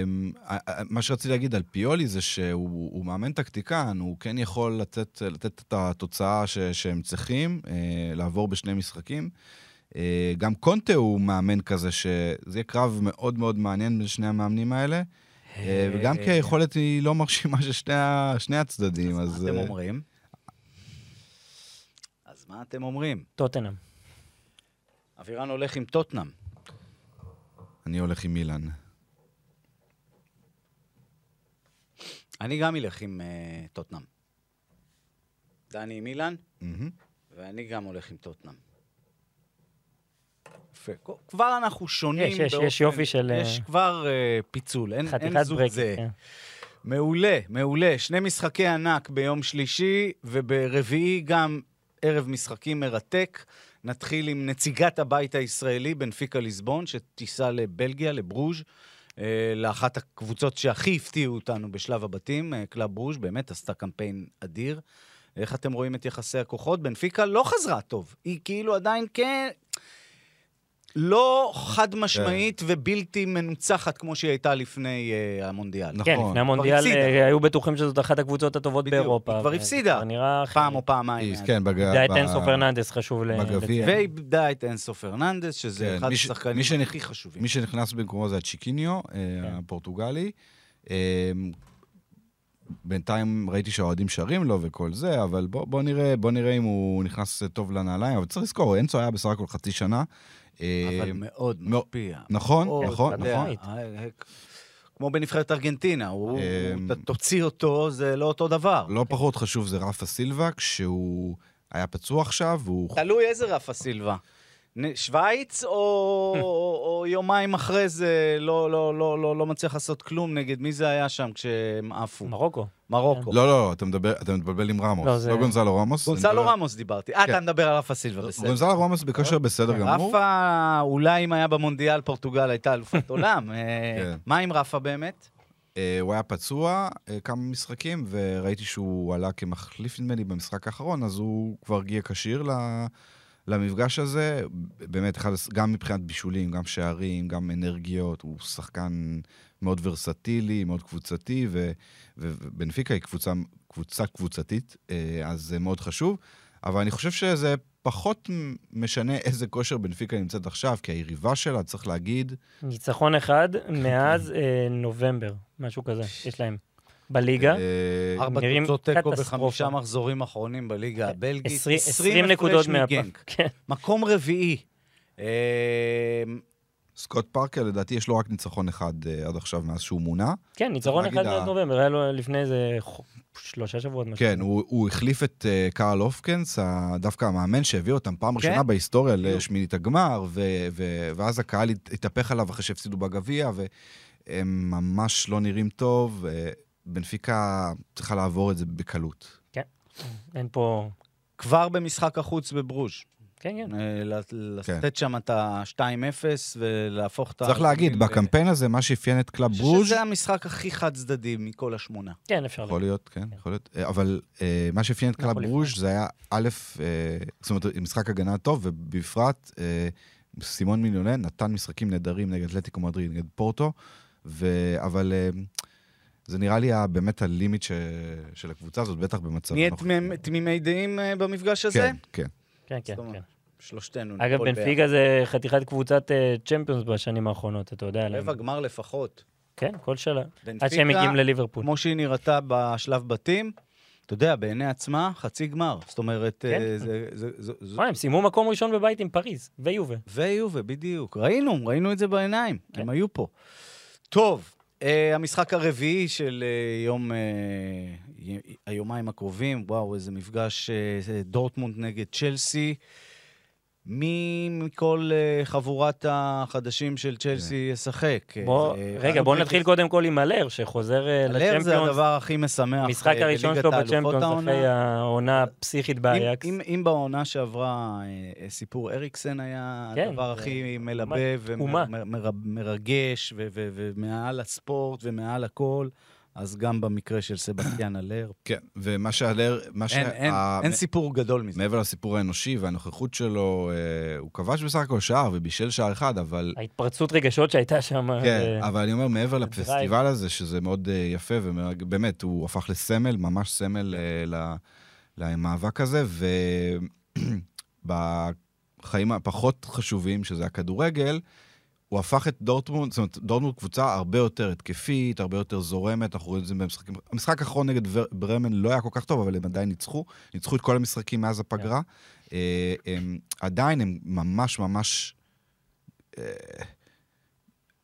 Speaker 4: אמ, ה- ה- מה שרציתי להגיד על פיולי זה שהוא הוא מאמן טקטיקן, הוא כן יכול לתת, לתת את התוצאה ש, שהם צריכים, אה, לעבור בשני משחקים. אה, גם קונטה הוא מאמן כזה, שזה יהיה קרב מאוד מאוד מעניין בין שני המאמנים האלה, אה, וגם כי היכולת היא לא מרשימה של שני, ה- שני הצדדים,
Speaker 2: אז
Speaker 4: אז...
Speaker 2: מה אתם
Speaker 4: אה,
Speaker 2: אומרים? אז מה אתם אומרים?
Speaker 3: טוטנאם.
Speaker 2: אבירן הולך עם טוטנאם.
Speaker 4: אני הולך עם אילן.
Speaker 2: אני גם אלך עם אה, טוטנאם. דני עם מילאן?
Speaker 4: מהמם.
Speaker 2: ואני גם הולך עם טוטנאם. יפה. כ- כבר אנחנו שונים
Speaker 3: יש, יש, יש יופי של, אה,
Speaker 2: יש כבר אה, פיצול, אין, אין
Speaker 3: חתיכת
Speaker 2: זוג
Speaker 3: ברקס.
Speaker 2: זה. נכון.
Speaker 3: כן.
Speaker 2: מעולה, מעולה. שני משחקי ענק ביום שלישי, וברביעי גם ערב משחקים מרתק. נתחיל עם נציגת הבית הישראלי, בנפיקה ליסבון, שתיסע לבלגיה, לברוז', אה, לאחת הקבוצות שהכי הפתיעו אותנו בשלב הבתים, אה, קלאב ברוז', באמת עשתה קמפיין אדיר. איך אתם רואים את יחסי הכוחות? בנפיקה לא חזרה טוב, היא כאילו עדיין כן... לא חד משמעית ובלתי מנוצחת כמו שהיא הייתה לפני אה, המונדיאל.
Speaker 3: כן,
Speaker 4: נכון.
Speaker 3: לפני המונדיאל
Speaker 2: הפסידה.
Speaker 3: אה, היו בטוחים שזאת אחת הקבוצות הטובות
Speaker 2: בדיוק,
Speaker 3: באירופה.
Speaker 2: היא כבר
Speaker 3: וזה
Speaker 2: הפסידה.
Speaker 3: כבר נראה... אחרת.
Speaker 2: פעם או פעמיים.
Speaker 4: היא- כן, בג...
Speaker 3: זה היה את
Speaker 4: ב-
Speaker 3: אינסו פרננדס, חשוב ל...
Speaker 4: בגביע.
Speaker 3: לציין.
Speaker 2: ואיבדה את אינסו פרננדס, שזה
Speaker 4: כן,
Speaker 2: אחד
Speaker 4: מי ש-
Speaker 2: השחקנים
Speaker 4: מי שנכ-
Speaker 2: הכי חשובים.
Speaker 4: מי שנכנס במקומו זה הצ'יקיניו, כן. הפורטוגלי. אה, בינתיים ראיתי שהאוהדים שרים לו וכל זה, אבל בוא, בוא, נראה, בוא נראה אם הוא נכנס טוב לנעליים. אבל צריך לזכור, אנסו היה בסך הכל חצי שנה. אה,
Speaker 2: אבל מאוד
Speaker 4: מאוד-
Speaker 2: משפיע.
Speaker 4: נכון,
Speaker 2: מאוד,
Speaker 4: נכון,
Speaker 2: אתה יודע,
Speaker 4: נכון.
Speaker 2: אה, כמו בנבחרת ארגנטינה, הוא- הוא-
Speaker 4: אמ,
Speaker 2: ת- תוציא אותו, זה לא אותו דבר.
Speaker 4: לא פחות חשוב זה רפה סילבה, כשהוא היה פצוע עכשיו, והוא...
Speaker 2: תלוי איזה רפה סילבה. נ- שווייץ או,
Speaker 4: [laughs]
Speaker 2: או, או יומיים אחרי זה לא, לא, לא, לא, לא מצליח לעשות כלום נגד מי זה היה שם כשהם עפו?
Speaker 3: מרוקו.
Speaker 2: מרוקו.
Speaker 4: לא, לא, אתה מדבר, אתה מתבלבל עם רמוס.
Speaker 3: לא,
Speaker 4: לא,
Speaker 3: זה-
Speaker 4: גונזלו רמוס. אני
Speaker 2: גונסלו
Speaker 4: מדבר-
Speaker 2: רמוס דיברתי. אה, אתה
Speaker 4: לא. כן.
Speaker 2: מדבר על רפה סילבה, בסדר.
Speaker 4: גונזלו רמוס בקשר בסדר גמור.
Speaker 2: כן. רפה, אולי אם היה במונדיאל, פורטוגל הייתה
Speaker 4: [laughs]
Speaker 2: אלופת עולם. אה,
Speaker 4: כן.
Speaker 2: מה עם רפה באמת?
Speaker 4: אה, הוא היה פצוע אה, כמה משחקים, וראיתי שהוא עלה כמחליף, נדמה לי, במשחק האחרון, אז הוא כבר הגיע כשיר ל- למפגש הזה. באמת, אחד, הס- גם מבחינת בישולים, גם שערים, גם אנרגיות, הוא שחקן מאוד ורסטילי, מאוד קבוצתי, ו- ו- ובנפיקה היא קבוצה, קבוצה קבוצתית, אה, אז זה מאוד חשוב. אבל אני חושב שזה פחות משנה איזה כושר בנפיקה נמצאת עכשיו, כי היריבה שלה, צריך להגיד,
Speaker 3: ניצחון
Speaker 4: [laughs]
Speaker 3: אחד
Speaker 4: כן.
Speaker 3: מאז אה, נובמבר, משהו כזה, יש להם. בליגה,
Speaker 4: אה,
Speaker 2: ארבע
Speaker 3: נראים
Speaker 2: תוצאות תיקו
Speaker 3: קטסטרופה.
Speaker 2: בחמישה מחזורים אחרונים בליגה הבלגית.
Speaker 3: 20
Speaker 2: עשרים
Speaker 3: 20 נקודות
Speaker 2: הפרש
Speaker 3: מהפעם.
Speaker 2: מגנק.
Speaker 3: כן.
Speaker 2: מקום רביעי. אה,
Speaker 4: סקוט פארקר, לדעתי, יש לו רק ניצחון אחד אה, עד עכשיו מאז שהוא מונה.
Speaker 3: כן, ניצחון
Speaker 4: להגיד
Speaker 3: אחד
Speaker 4: ה-
Speaker 3: מאז נובמבר, היה לו לפני איזה ח- שלושה שבועות.
Speaker 2: אוקיי.
Speaker 3: משהו.
Speaker 4: כן, הוא, הוא החליף את אה, קארל הופקנס, ה- דווקא המאמן שהביא אותם פעם
Speaker 2: כן?
Speaker 4: ראשונה בהיסטוריה
Speaker 2: בדיוק.
Speaker 4: לשמינית הגמר, ו, ו, ואז הקהל הת- התהפך עליו אחרי שהפסידו בגביע, והם ממש לא נראים טוב. אה, בנפיקה צריכה לעבור את זה בקלות.
Speaker 3: אין פה...
Speaker 2: כבר במשחק החוץ בברוז'.
Speaker 3: כן, כן.
Speaker 4: נכון.
Speaker 2: אה, ל- לתת שם את ה-2-0 ולהפוך את ה...
Speaker 4: כן. צריך להגיד, בקמפיין הזה, מה שאפיין את קלאב
Speaker 2: אני חושב
Speaker 4: ברוז'
Speaker 2: שזה המשחק הכי חד-צדדי מכל השמונה.
Speaker 3: כן, אפשר.
Speaker 4: יכול להיות, כן, יכול להיות. אה, אבל אה, מה שאפיין את קלאב
Speaker 3: יכול
Speaker 4: ברוז' זה היה א', אה, זאת אומרת, משחק הגנה טוב, ובפרט אה, סימון מיליונן נתן משחקים נהדרים נגד אתלטיקו מדריד, נגד פורטו, ו- אבל אה, זה נראה לי ה- באמת הלימיט ש- של הקבוצה הזאת, בטח במצב
Speaker 2: נהיה
Speaker 4: הנוכחי.
Speaker 2: תמימ- תמימי דעים אה, במפגש הזה?
Speaker 4: כן, כן.
Speaker 3: כן, כן,
Speaker 2: זאת אומרת.
Speaker 3: כן.
Speaker 2: שלושתנו ניפול
Speaker 3: אגב, בנפיגה זה חתיכת קבוצת אה, צ'מפיונס בשנים האחרונות, אתה יודע. להם.
Speaker 2: רבע גמר לפחות.
Speaker 3: כן, כל שנה.
Speaker 2: בנפיקה,
Speaker 3: עד שהם מגיעים לליברפול.
Speaker 2: כמו שהיא נראתה בשלב בתים, אתה יודע, בעיני עצמה, חצי גמר. זאת אומרת,
Speaker 3: כן.
Speaker 2: אה, זה... זה- זה- זה-
Speaker 3: מה, אה, הם סיימו מקום ראשון בבית עם פריז ויובה.
Speaker 2: אה, ויובה, בדיוק. ראינו, ראינו את זה בעיניים.
Speaker 3: כן.
Speaker 2: הם היו פה. טוב, אה, המשחק הרביעי של אה, יום... אה, י- היומיים הקרובים, וואו, איזה מפגש אה, זה דורטמונד נגד צ'לסי. מי מכל אה, חבורת החדשים של צ'לסי ישחק?
Speaker 3: כן. בוא-
Speaker 2: אה,
Speaker 3: רגע,
Speaker 2: אה,
Speaker 3: בואו
Speaker 2: אה,
Speaker 3: נתחיל קודם כל עם הלר, שחוזר אה,
Speaker 2: הלב זה
Speaker 3: לצ'מפיונס.
Speaker 2: הדבר הכי משמח.
Speaker 3: המשחק
Speaker 2: אה,
Speaker 3: הראשון
Speaker 2: בליגת
Speaker 3: שלו
Speaker 2: האלופות
Speaker 3: בצ'מפיונס
Speaker 2: העונה.
Speaker 3: אחרי העונה הפסיכית באייקס.
Speaker 2: אם, אם, אם בעונה שעברה אה, אה, סיפור אריקסן היה
Speaker 3: כן,
Speaker 2: הדבר
Speaker 3: זה
Speaker 2: הכי מלבה
Speaker 3: אומה.
Speaker 2: ומרגש ומעל הספורט ומעל הכל, אז גם במקרה של
Speaker 3: [coughs]
Speaker 2: סבסטיאן אלר,
Speaker 4: כן, ומה שהלר... מה
Speaker 2: אין, אין,
Speaker 4: שה- אה,
Speaker 2: אין סיפור גדול מזה.
Speaker 4: מעבר לסיפור האנושי והנוכחות שלו, אה, הוא כבש בסך הכל שער ובישל שער אחד, אבל...
Speaker 3: ההתפרצות רגשות שהייתה שם.
Speaker 4: כן,
Speaker 3: אה,
Speaker 4: אבל אני אומר, מעבר
Speaker 3: הדרייב.
Speaker 4: לפסטיבל הזה, שזה מאוד אה, יפה, ובאמת, הוא הפך לסמל, ממש סמל אה, ל- למאבק הזה, [clears throat] ובחיים הפחות חשובים, שזה הכדורגל, הוא הפך את דורטמונד, זאת אומרת, דורטמונד קבוצה הרבה יותר התקפית, הרבה יותר זורמת, אנחנו רואים את זה במשחקים. המשחק האחרון נגד ור- ברמן לא היה כל כך טוב, אבל הם עדיין ניצחו. ניצחו את כל המשחקים מאז הפגרה. אה, הם, עדיין הם ממש ממש אה,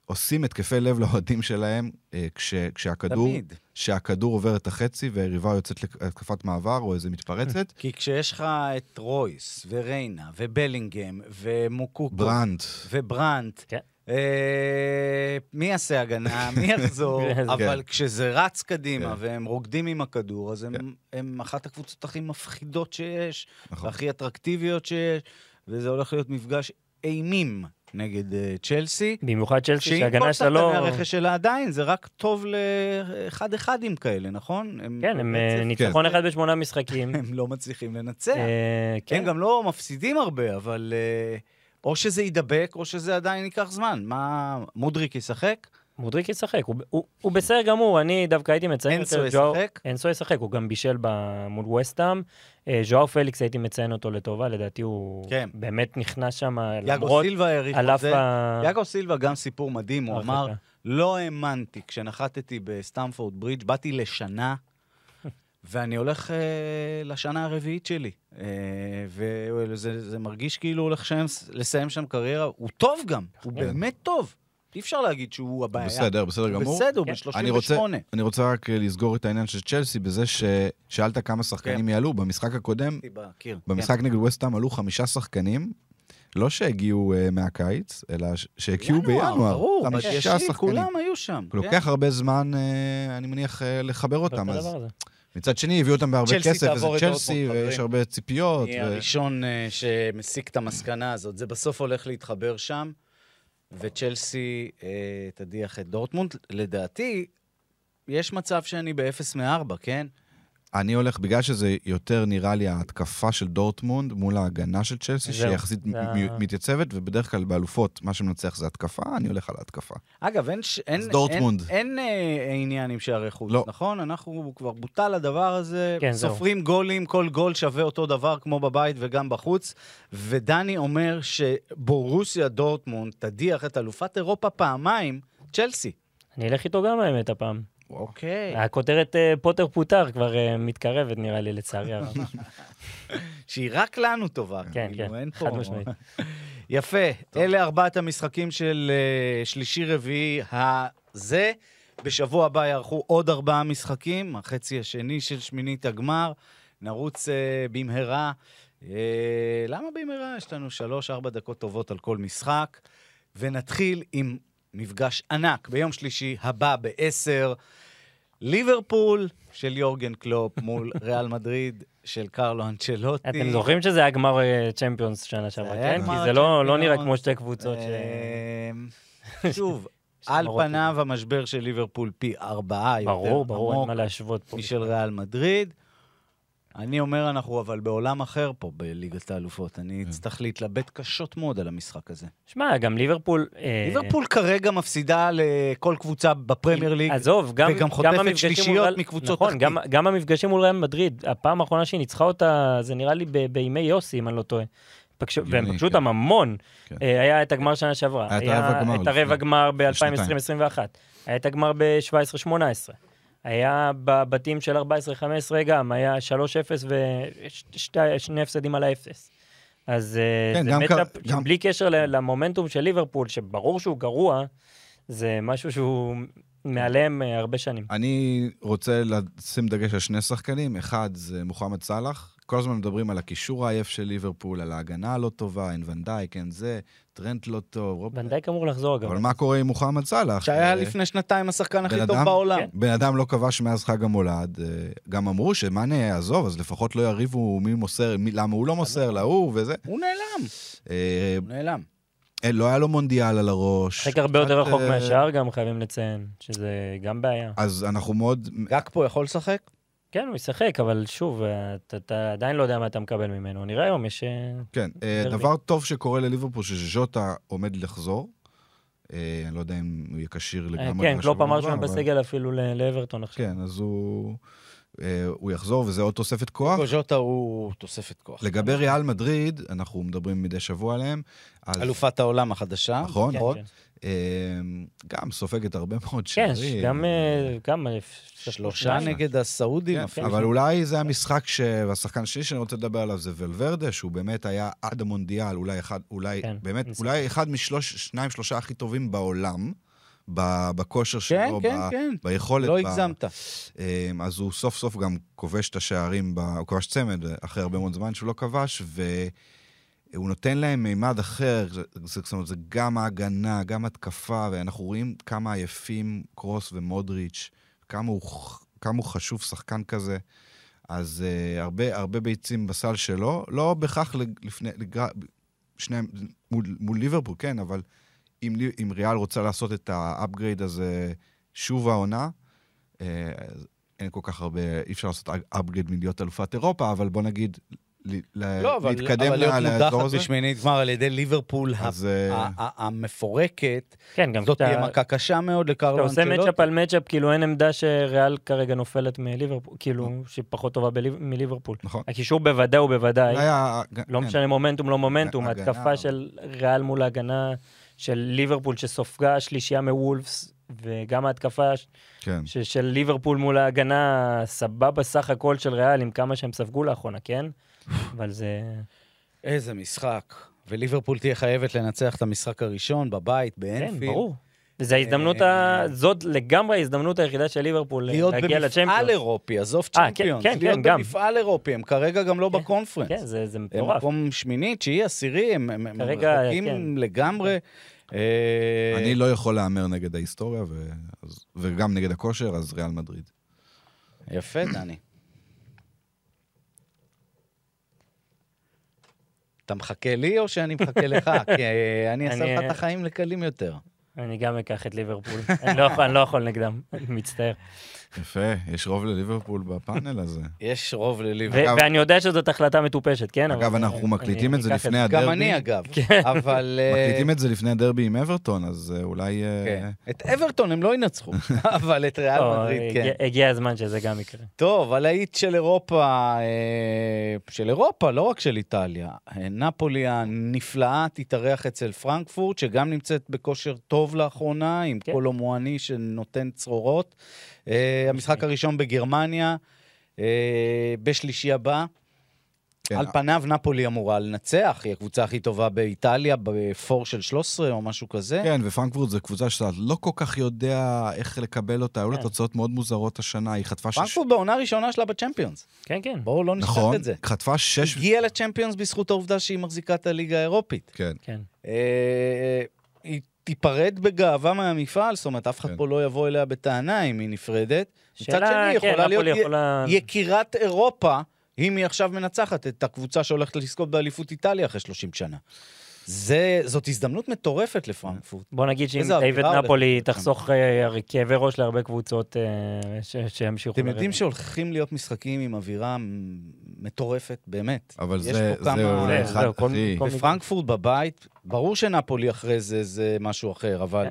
Speaker 4: עושים התקפי לב לאוהדים שלהם אה, כש, כשהכדור,
Speaker 2: תמיד.
Speaker 4: כשהכדור עובר את החצי והיריבה יוצאת להתקפת מעבר או איזה מתפרצת.
Speaker 2: כי כשיש לך את רויס וריינה ובלינגהם ומוקוקו
Speaker 4: ברנד.
Speaker 2: וברנט,
Speaker 3: כן.
Speaker 2: אה, מי יעשה הגנה, [laughs] מי יחזור,
Speaker 3: כן.
Speaker 2: אבל כשזה רץ קדימה
Speaker 4: כן.
Speaker 2: והם רוקדים עם הכדור, אז הם-
Speaker 4: כן.
Speaker 2: הם אחת הקבוצות הכי מפחידות שיש,
Speaker 4: נכון.
Speaker 2: והכי אטרקטיביות שיש, וזה הולך להיות מפגש אימים נגד אה, צ'לסי.
Speaker 3: במיוחד צ'לסי,
Speaker 2: שעם כל
Speaker 3: שההגנה שלה
Speaker 2: שחקני
Speaker 3: לא...
Speaker 2: הרכש שלה עדיין, זה רק טוב לאחד-אחדים כאלה, נכון?
Speaker 3: כן, הם אה,
Speaker 2: בעצם-
Speaker 3: ניצחון אחד בשמונה
Speaker 2: [laughs]
Speaker 3: משחקים.
Speaker 2: הם לא מצליחים לנצח.
Speaker 3: אה,
Speaker 2: הם
Speaker 3: כן,
Speaker 2: גם לא מפסידים הרבה, אבל אה, או שזה יידבק, או שזה עדיין ייקח זמן. מה, מודריק ישחק?
Speaker 3: מודריק ישחק, הוא- הוא- הוא בסדר גמור, אני דווקא הייתי מציין
Speaker 2: אנסו
Speaker 3: יותר את ז'ואר-
Speaker 2: ישחק?
Speaker 3: אנסו ישחק, הוא גם בישל ב- מול ווסטהאם. אה, ז'ואר פליקס הייתי מציין אותו לטובה, לדעתי הוא
Speaker 2: כן.
Speaker 3: באמת נכנע שם,
Speaker 2: יאגו
Speaker 3: למרות
Speaker 2: סילבה העריך
Speaker 3: על
Speaker 2: את
Speaker 3: אף
Speaker 2: זה.
Speaker 3: ה... אוקיי, כן.
Speaker 2: יאגו סילבה גם סיפור מדהים, הוא אמר,
Speaker 3: ההרחקה.
Speaker 2: לא האמנתי כשנחתתי בסטמפורד ברידג', באתי
Speaker 3: [laughs]
Speaker 2: לשנה, ואני הולך אה, לשנה הרביעית שלי. אה, וזה זה מרגיש כאילו הוא הולך לסיים, לסיים שם קריירה, הוא טוב גם,
Speaker 3: כן.
Speaker 2: הוא באמת טוב. אי אפשר להגיד שהוא הבעיה.
Speaker 4: בסדר, בסדר
Speaker 2: הוא
Speaker 4: גמור.
Speaker 2: בסדר, הוא
Speaker 3: כן.
Speaker 4: אני רוצה,
Speaker 2: ב-38.
Speaker 4: אני רוצה רק אה, לסגור את העניין של צ'לסי בזה ששאלת כמה שחקנים יעלו. במשחק הקודם,
Speaker 2: בקיר.
Speaker 4: במשחק נגד ווסטהאם עלו חמישה שחקנים, לא שהגיעו אה, מהקיץ, אלא ש-
Speaker 2: כן.
Speaker 4: שהגיעו בינואר.
Speaker 2: ברור,
Speaker 4: חמישה
Speaker 2: בשישי
Speaker 4: שחקנים.
Speaker 2: כולם היו שם. כן. לא
Speaker 4: לוקח הרבה זמן, אה, אני מניח, אה, לחבר אותם.
Speaker 3: את
Speaker 4: אז
Speaker 3: הדבר הזה.
Speaker 4: מצד שני, הביאו אותם בהרבה
Speaker 2: צ'לסי
Speaker 4: כסף, וזה
Speaker 2: תעבור את
Speaker 4: צ'לסי,
Speaker 2: דורטמונד,
Speaker 4: ויש
Speaker 2: חברים.
Speaker 4: הרבה ציפיות.
Speaker 2: אני
Speaker 4: ו-
Speaker 2: הראשון אה, שמסיק את המסקנה הזאת. זה בסוף הולך להתחבר שם, וצ'לסי אה, תדיח את דורטמונד. לדעתי, יש מצב שאני באפס מארבע, כן?
Speaker 4: אני הולך, בגלל שזה יותר נראה לי ההתקפה של דורטמונד מול ההגנה של צ'לסי,
Speaker 3: זהו,
Speaker 4: שהיא יחסית
Speaker 3: זה
Speaker 4: מ-
Speaker 3: ה-
Speaker 4: מ- מתייצבת, ובדרך כלל באלופות, מה שמנצח זה התקפה, אני הולך על ההתקפה.
Speaker 2: אגב, אין, ש- אין,
Speaker 4: אז דורטמונד.
Speaker 2: אין, אין אה, עניין עם שערי חוץ,
Speaker 4: לא.
Speaker 2: נכון? אנחנו כבר בוטל הדבר הזה,
Speaker 3: כן, זהו.
Speaker 2: סופרים גולים, כל גול שווה אותו דבר כמו בבית וגם בחוץ, ודני אומר שבורוסיה דורטמונד תדיח את אלופת אירופה פעמיים, צ'לסי.
Speaker 3: אני אלך איתו גם האמת הפעם.
Speaker 4: וואו.
Speaker 2: אוקיי.
Speaker 3: הכותרת אה, פוטר פוטר כבר אה, מתקרבת נראה לי לצערי
Speaker 2: [laughs]
Speaker 3: הרב.
Speaker 2: שהיא רק לנו טובה.
Speaker 3: כן,
Speaker 2: כאילו,
Speaker 3: כן,
Speaker 2: אין פה...
Speaker 3: חד משמעית.
Speaker 2: יפה, אלה ארבעת המשחקים של אה, שלישי-רביעי הזה. בשבוע הבא יערכו עוד ארבעה משחקים, החצי השני של שמינית הגמר. נרוץ אה, במהרה. אה, למה במהרה? יש לנו שלוש-ארבע דקות טובות על כל משחק. ונתחיל עם מפגש ענק ביום שלישי הבא ב-10. ליברפול של יורגן קלופ מול ריאל מדריד של קרלו אנצ'לוטי.
Speaker 3: אתם זוכרים שזה היה גמר אה, צ'מפיונס שנה שעברה,
Speaker 2: זה היה
Speaker 3: כן? כי
Speaker 2: גמר
Speaker 3: זה לא לא נראה
Speaker 2: צ'מפיונס.
Speaker 3: כמו שתי קבוצות ש... [laughs]
Speaker 2: אה, שוב, על
Speaker 3: שמרות
Speaker 2: פניו המשבר של ליברפול פי ארבעה יותר עמוק.
Speaker 3: ברור, ברור, אין מה להשוות פה.
Speaker 2: משל ריאל מדריד. אני אומר, אנחנו אבל בעולם אחר פה בליגת האלופות.
Speaker 3: אה.
Speaker 2: אני אצטרך להתלבט קשות מאוד על המשחק הזה.
Speaker 3: שמע, גם ליברפול... אה,
Speaker 2: ליברפול כרגע מפסידה לכל קבוצה בפרמייר ליג.
Speaker 3: אה, עזוב, גם,
Speaker 2: וגם חוטפת
Speaker 3: המפגשים מול
Speaker 2: שלישיות
Speaker 3: ריאל-
Speaker 2: מקבוצות
Speaker 3: נכון,
Speaker 2: תחתית.
Speaker 3: גם, גם המפגשים מול ריאל מדריד, הפעם האחרונה שהיא ניצחה אותה, זה נראה לי ב, בימי יוסי, אם אני לא טועה. פגשו-
Speaker 4: הגיוני,
Speaker 3: והם פגשו
Speaker 4: כן.
Speaker 3: אותם המון.
Speaker 4: כן.
Speaker 3: אה, היה את הגמר שנה שעברה.
Speaker 4: היה את הרבע גמר
Speaker 3: את
Speaker 4: לפני-
Speaker 3: הרבע גמר
Speaker 4: שנתיים.
Speaker 3: ב-2020-2021. היה את הגמר ב-17-18. היה בבתים של 14-15 גם, היה 3-0 ושני הפסדים על האפס. אז אה,
Speaker 4: כן,
Speaker 3: זה
Speaker 4: גם
Speaker 3: מצ'אפ,
Speaker 4: קר- גם-
Speaker 3: בלי קשר ל- למומנטום של ליברפול, שברור שהוא גרוע, זה משהו שהוא מעליהם אה, הרבה שנים.
Speaker 4: אני רוצה לשים דגש על שני שחקנים. אחד זה מוחמד סאלח. כל הזמן מדברים על הקישור העייף של ליברפול, על ההגנה הלא טובה, אין ונדייק, אין זה, טרנט לא טוב. רוב-
Speaker 3: ונדייק אמור לחזור אגב.
Speaker 4: אבל מה קורה עם מוחמד סאלח?
Speaker 2: לא שהיה
Speaker 4: אה,
Speaker 2: לפני שנתיים השחקן הכי
Speaker 4: בן
Speaker 2: טוב
Speaker 4: אדם-
Speaker 2: בעולם.
Speaker 3: כן.
Speaker 4: בן אדם לא כבש מאז חג המולד. אה, גם אמרו שמאנה יעזוב, אז לפחות לא יריבו מי מוסר, מי, למה הוא לא מוסר, להוא וזה.
Speaker 2: הוא נעלם,
Speaker 4: אה,
Speaker 2: הוא נעלם.
Speaker 4: אה, לא היה לו מונדיאל על הראש.
Speaker 3: משחק הרבה יותר
Speaker 4: קצת,
Speaker 3: רחוק
Speaker 4: אה,
Speaker 3: מהשאר גם, חייבים לציין, שזה גם בעיה.
Speaker 4: אז אנחנו מאוד...
Speaker 2: גג פה יכול לשחק?
Speaker 3: כן, הוא ישחק, אבל שוב, אה, אתה- אתה עדיין לא יודע מה אתה מקבל ממנו. נראה היום, יש... אה,
Speaker 4: כן, אה,
Speaker 3: דרבי.
Speaker 4: דבר טוב שקורה לליברפול, שז'וטה עומד לחזור. אה, אני לא יודע אם הוא יהיה כשיר
Speaker 3: אה,
Speaker 4: לגמרי.
Speaker 3: כן,
Speaker 4: כמו
Speaker 3: קלופ
Speaker 4: שהוא
Speaker 3: אמר
Speaker 4: עבר,
Speaker 3: שם
Speaker 4: אבל-
Speaker 3: בסגל אפילו ל- לאברטון עכשיו.
Speaker 4: כן, אז הוא... אה, הוא יחזור, וזה עוד תוספת כוח.
Speaker 2: קוז'וטה הוא תוספת כוח.
Speaker 4: אה. לגבי ריאל מדריד, אנחנו מדברים מדי שבוע עליהם. אז-
Speaker 2: אלופת העולם החדשה.
Speaker 4: נכון,
Speaker 3: כן,
Speaker 4: נכון.
Speaker 3: כן.
Speaker 4: אה, גם סופגת הרבה מאוד
Speaker 3: כן,
Speaker 4: שערים.
Speaker 3: גם אה, כמה...
Speaker 2: שלושה נגד הסעודים.
Speaker 4: כן,
Speaker 2: אפילו.
Speaker 4: אבל אולי זה המשחק שהשחקן שלי שאני רוצה לדבר עליו זה ולוורדה, שהוא באמת היה עד המונדיאל, אולי אחד, אולי,
Speaker 3: כן,
Speaker 4: באמת,
Speaker 3: אין ספק.
Speaker 4: אולי אחד משלוש, שניים, שלושה הכי טובים בעולם, ב- בכושר
Speaker 2: כן,
Speaker 4: שלו,
Speaker 2: כן,
Speaker 4: ב-
Speaker 2: כן.
Speaker 4: ביכולת.
Speaker 2: לא
Speaker 4: ב-
Speaker 2: הגזמת.
Speaker 4: אמ, אז הוא סוף סוף גם כובש את השערים, ב- הוא כבש צמד אחרי הרבה מאוד זמן שהוא לא כבש, והוא נותן להם מימד אחר, זה- זה- זאת אומרת, זה גם ההגנה, גם התקפה, ואנחנו רואים כמה עייפים קרוס ומודריץ', כמה הוא, ח- כמה הוא חשוב שחקן כזה. אז uh, הרבה, הרבה ביצים בסל שלו, לא בהכרח לג- לפני, לגר... שניהם מול, מול ליברפול, כן, אבל אם, לי- אם ריאל רוצה לעשות את האפגרייד הזה שוב העונה, אה, אז אין כל כך הרבה, אי אפשר לעשות upgrade מלהיות אלופת אירופה, אבל בוא נגיד, ל, ל,
Speaker 2: לא, אבל
Speaker 4: להתקדם
Speaker 2: אבל להיות
Speaker 4: לה- לאזור
Speaker 2: מודחת
Speaker 4: הזה.
Speaker 2: בשמינית גמר על ידי ליברפול ה-
Speaker 4: אז אה,
Speaker 2: ה- ה- המפורקת,
Speaker 3: כן, גם
Speaker 2: זאת
Speaker 3: כשאתה-
Speaker 2: תהיה מכה קשה מאוד
Speaker 3: כשאתה
Speaker 2: לקרלו
Speaker 3: עושה
Speaker 2: אנצ'לוטי.
Speaker 3: מצ'אפ על מצ'אפ, כאילו אין עמדה שריאל כרגע נופלת מליברפול, כאילו, שהיא פחות טובה בליב- מליברפול.
Speaker 4: נכון.
Speaker 3: הקישור בוודאי
Speaker 2: אה,
Speaker 3: ובוודאי.
Speaker 4: היה-
Speaker 3: לא
Speaker 4: כן.
Speaker 3: משנה מומנטום, לא מומנטום,
Speaker 4: הגנה,
Speaker 3: התקפה
Speaker 4: אבל-
Speaker 3: של ריאל מול ההגנה של ליברפול שסופגה שלישייה מוולפס, וגם ההתקפה ש-
Speaker 4: כן.
Speaker 3: ש- של ליברפול מול ההגנה, סבבה סך הכל של ריאל עם כמה שהם ספגו לאחרונה, כן? אבל זה...
Speaker 2: איזה משחק. וליברפול תהיה חייבת לנצח את המשחק הראשון בבית,
Speaker 3: כן,
Speaker 2: באנפילד.
Speaker 3: ברור. וזו ההזדמנות,
Speaker 2: אה,
Speaker 3: ה- זאת לגמרי ההזדמנות היחידה של ליברפול
Speaker 2: להיות
Speaker 3: להגיע
Speaker 2: במפעל
Speaker 3: לצ'מפיונס.
Speaker 2: אירופי, עזוב
Speaker 3: אה, כן,
Speaker 2: צ'מפיונס.
Speaker 3: כן,
Speaker 2: להיות
Speaker 3: כן, גם.
Speaker 2: במפעל אירופי, הם כרגע גם לא
Speaker 3: כן,
Speaker 2: בקונפרנס.
Speaker 3: כן, זה זה
Speaker 2: הם
Speaker 3: מטורף.
Speaker 2: מקום שמיני, תשיעי, עשירי, הם הם- הם
Speaker 3: כרגע,
Speaker 2: רחוקים
Speaker 3: כן.
Speaker 2: לגמרי. אה,
Speaker 4: אני לא יכול להמר נגד ההיסטוריה, ו- אז- וגם נגד הכושר, אז ריאל מדריד.
Speaker 2: יפה, דני. אתה מחכה לי או שאני מחכה [laughs] לך? כי אה, אני אעשה
Speaker 3: אני-
Speaker 2: לך את החיים לקלים יותר.
Speaker 3: אני גם אקח את ליברפול. [laughs] אני לא יכול- אני לא יכול נגדם, [laughs] אני מצטער.
Speaker 4: יפה, יש רוב לליברפול בפאנל הזה.
Speaker 2: יש רוב
Speaker 3: ו-
Speaker 2: לליברפול.
Speaker 4: אגב-
Speaker 3: ואני יודע שזאת החלטה מטופשת, כן?
Speaker 4: אגב,
Speaker 3: אבל-
Speaker 4: אנחנו מקליטים
Speaker 3: אני
Speaker 4: את זה
Speaker 3: אקח
Speaker 4: לפני
Speaker 2: גם
Speaker 4: [laughs] הדרבי.
Speaker 2: אני, אגב. אבל... אה,
Speaker 4: מקליטים את זה לפני הדרבי עם אברטון, אז אה, אולי... אה,
Speaker 2: כן. את אברטון הם לא
Speaker 4: [laughs]
Speaker 2: ינצחו, אבל את ריאל
Speaker 3: לא,
Speaker 2: מדריד כן.
Speaker 3: הגיע- הגיע הזמן שזה גם יקרה.
Speaker 2: טוב, הלהיט של אירופה, אה, של אירופה, לא רק של איטליה. אה, נפולי הנפלאה תתארח אצל פרנקפורט, שגם נמצאת בכושר טוב לאחרונה, עם
Speaker 3: כן.
Speaker 2: קולו מואני שנותן צרורות. אה,
Speaker 4: אוקיי.
Speaker 2: המשחק הראשון בגרמניה, אה, בשלישי הבא.
Speaker 4: כן,
Speaker 2: על פניו נפולי אמורה לנצח, היא הקבוצה הכי טובה באיטליה, בפור של 13 או משהו כזה.
Speaker 4: כן, ופרנקפורט זו קבוצה שאתה לא כל כך יודע איך לקבל אותה, היו לה
Speaker 3: כן.
Speaker 4: תוצאות מאוד מוזרות השנה, היא חטפה שש...
Speaker 2: פרנקפורט בעונה הראשונה שלה בצ'מפיונס.
Speaker 3: כן, כן.
Speaker 2: בואו לא נשכח
Speaker 4: נכון,
Speaker 2: את זה.
Speaker 4: חטפה שש...
Speaker 2: הגיעה לצ'מפיונס בזכות העובדה שהיא מחזיקה את הליגה האירופית.
Speaker 4: כן,
Speaker 3: כן.
Speaker 2: אה, היא תיפרד בגאווה מהמפעל, זאת אומרת, אף אחד
Speaker 4: כן.
Speaker 2: פה לא יבוא אליה בטענה אם היא נפרדת. מצד
Speaker 3: שאלה,
Speaker 2: שני, היא
Speaker 3: כן,
Speaker 2: יכולה להיות
Speaker 3: נפולי
Speaker 2: י-
Speaker 3: יכולה-
Speaker 2: יקירת אירופה, אם היא עכשיו מנצחת את הקבוצה שהולכת לזכות באליפות איטליה אחרי 30 שנה. זה, זאת הזדמנות מטורפת לפרנקפורט.
Speaker 3: בוא נגיד שאם
Speaker 2: איזה
Speaker 3: דייוויד
Speaker 2: אווירה הולכת.
Speaker 3: נפולי תחסוך אה, הרי כאבי ראש להרבה קבוצות אה, ש- שימשיכו.
Speaker 2: אתם יודעים
Speaker 3: לרדת.
Speaker 2: שהולכים להיות משחקים עם אווירה מטורפת, באמת.
Speaker 4: אבל
Speaker 2: יש
Speaker 4: זה
Speaker 2: פה
Speaker 4: זה
Speaker 2: כמה-
Speaker 4: אולי
Speaker 3: זה,
Speaker 4: אחד
Speaker 3: זהו, כל-
Speaker 4: הכי...
Speaker 3: כל-
Speaker 2: בפרנקפורט בבית, ברור שנפולי אחרי זה זה משהו אחר, אבל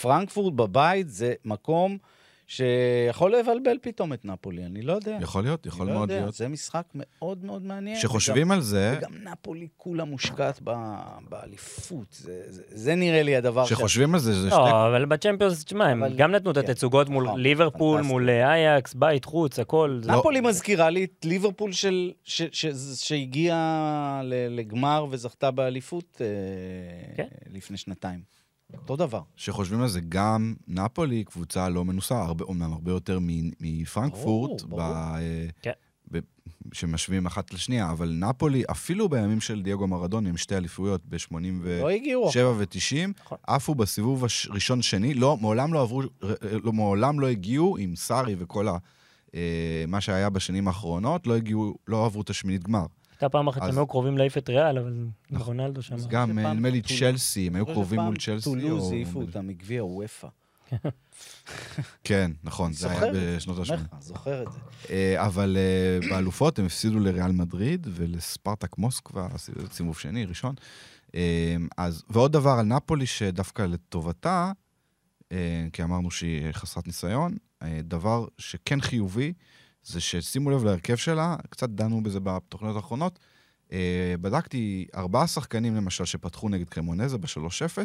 Speaker 2: פרנקפורט בבית זה מקום שיכול לבלבל פתאום את נפולי, אני לא יודע.
Speaker 4: יכול להיות, יכול מאוד
Speaker 2: אני לא יודע,
Speaker 4: להיות. אה?
Speaker 2: זה משחק מאוד מאוד מעניין.
Speaker 4: כשחושבים על זה,
Speaker 2: וגם, וגם נפולי כולה מושקעת ב- באליפות. זה, זה, זה נראה לי הדבר
Speaker 4: כשחושבים על זה, זה שני...
Speaker 3: לא, אבל בצ'מפיונס, תשמע, הם
Speaker 2: אבל-
Speaker 3: גם נתנו את
Speaker 2: כן.
Speaker 3: התצוגות מול
Speaker 2: נכון,
Speaker 3: ליברפול,
Speaker 2: פנטסטי.
Speaker 3: מול אה, אייקס, בית, חוץ, הכל.
Speaker 4: לא.
Speaker 3: זה-
Speaker 2: לא. נפולי מזכירה לי את ליברפול של, ש, ש, שהגיעה ל- לגמר וזכתה באליפות אה,
Speaker 3: כן.
Speaker 2: לפני שנתיים. אותו דבר.
Speaker 4: כשחושבים על זה, גם נפולי היא קבוצה לא מנוסה, הרבה, אומנם הרבה יותר מ- מפרנקפורט,
Speaker 2: ברור, ברור.
Speaker 4: ב- אה,
Speaker 3: כן.
Speaker 4: ב- שמשווים אחת לשנייה, אבל נפולי, אפילו בימים של דייגו מרדון, עם שתי אליפויות ב-87
Speaker 2: לא הגיעו.
Speaker 4: ו-90,
Speaker 3: נכון.
Speaker 4: עפו בסיבוב הראשון-שני, לא, מעולם לא עברו, ר- לא, מעולם לא הגיעו עם סארי וכל ה... אה, מה שהיה בשנים האחרונות, לא הגיעו, לא עברו את השמינית גמר.
Speaker 3: הייתה פעם אחת
Speaker 4: אז- נכון.
Speaker 3: שהם היו קרובים להעיף את ריאל, אבל רונלדו שם.
Speaker 4: אז גם, אה,
Speaker 2: שפעם
Speaker 4: נדמה לי,
Speaker 2: טולוז-
Speaker 4: צ'לסי, הם היו
Speaker 2: זוכר
Speaker 4: קרובים
Speaker 2: שפעם
Speaker 4: מול צ'לסי.
Speaker 2: טולוז
Speaker 4: או-
Speaker 2: העיפו אותם מגביע וופא.
Speaker 4: כן, נכון, זה היה
Speaker 2: זוכר נכון. את זה,
Speaker 4: בשנות
Speaker 2: אומר
Speaker 4: ה-80.
Speaker 2: לך, זוכר את זה.
Speaker 4: אה, אבל אה, באלופות הם הפסידו לריאל מדריד ולספרטק מוסקבה, עשו סיבוב שני, ראשון. אה, אז, ועוד דבר על נפולי, שדווקא לטובתה, אה, כי אמרנו שהיא חסרת ניסיון, אה, דבר שכן חיובי, זה ששימו לב להרכב שלה, קצת דנו בזה בתוכניות האחרונות, אה, בדקתי ארבעה שחקנים למשל שפתחו נגד קרמונזה ב-3-0,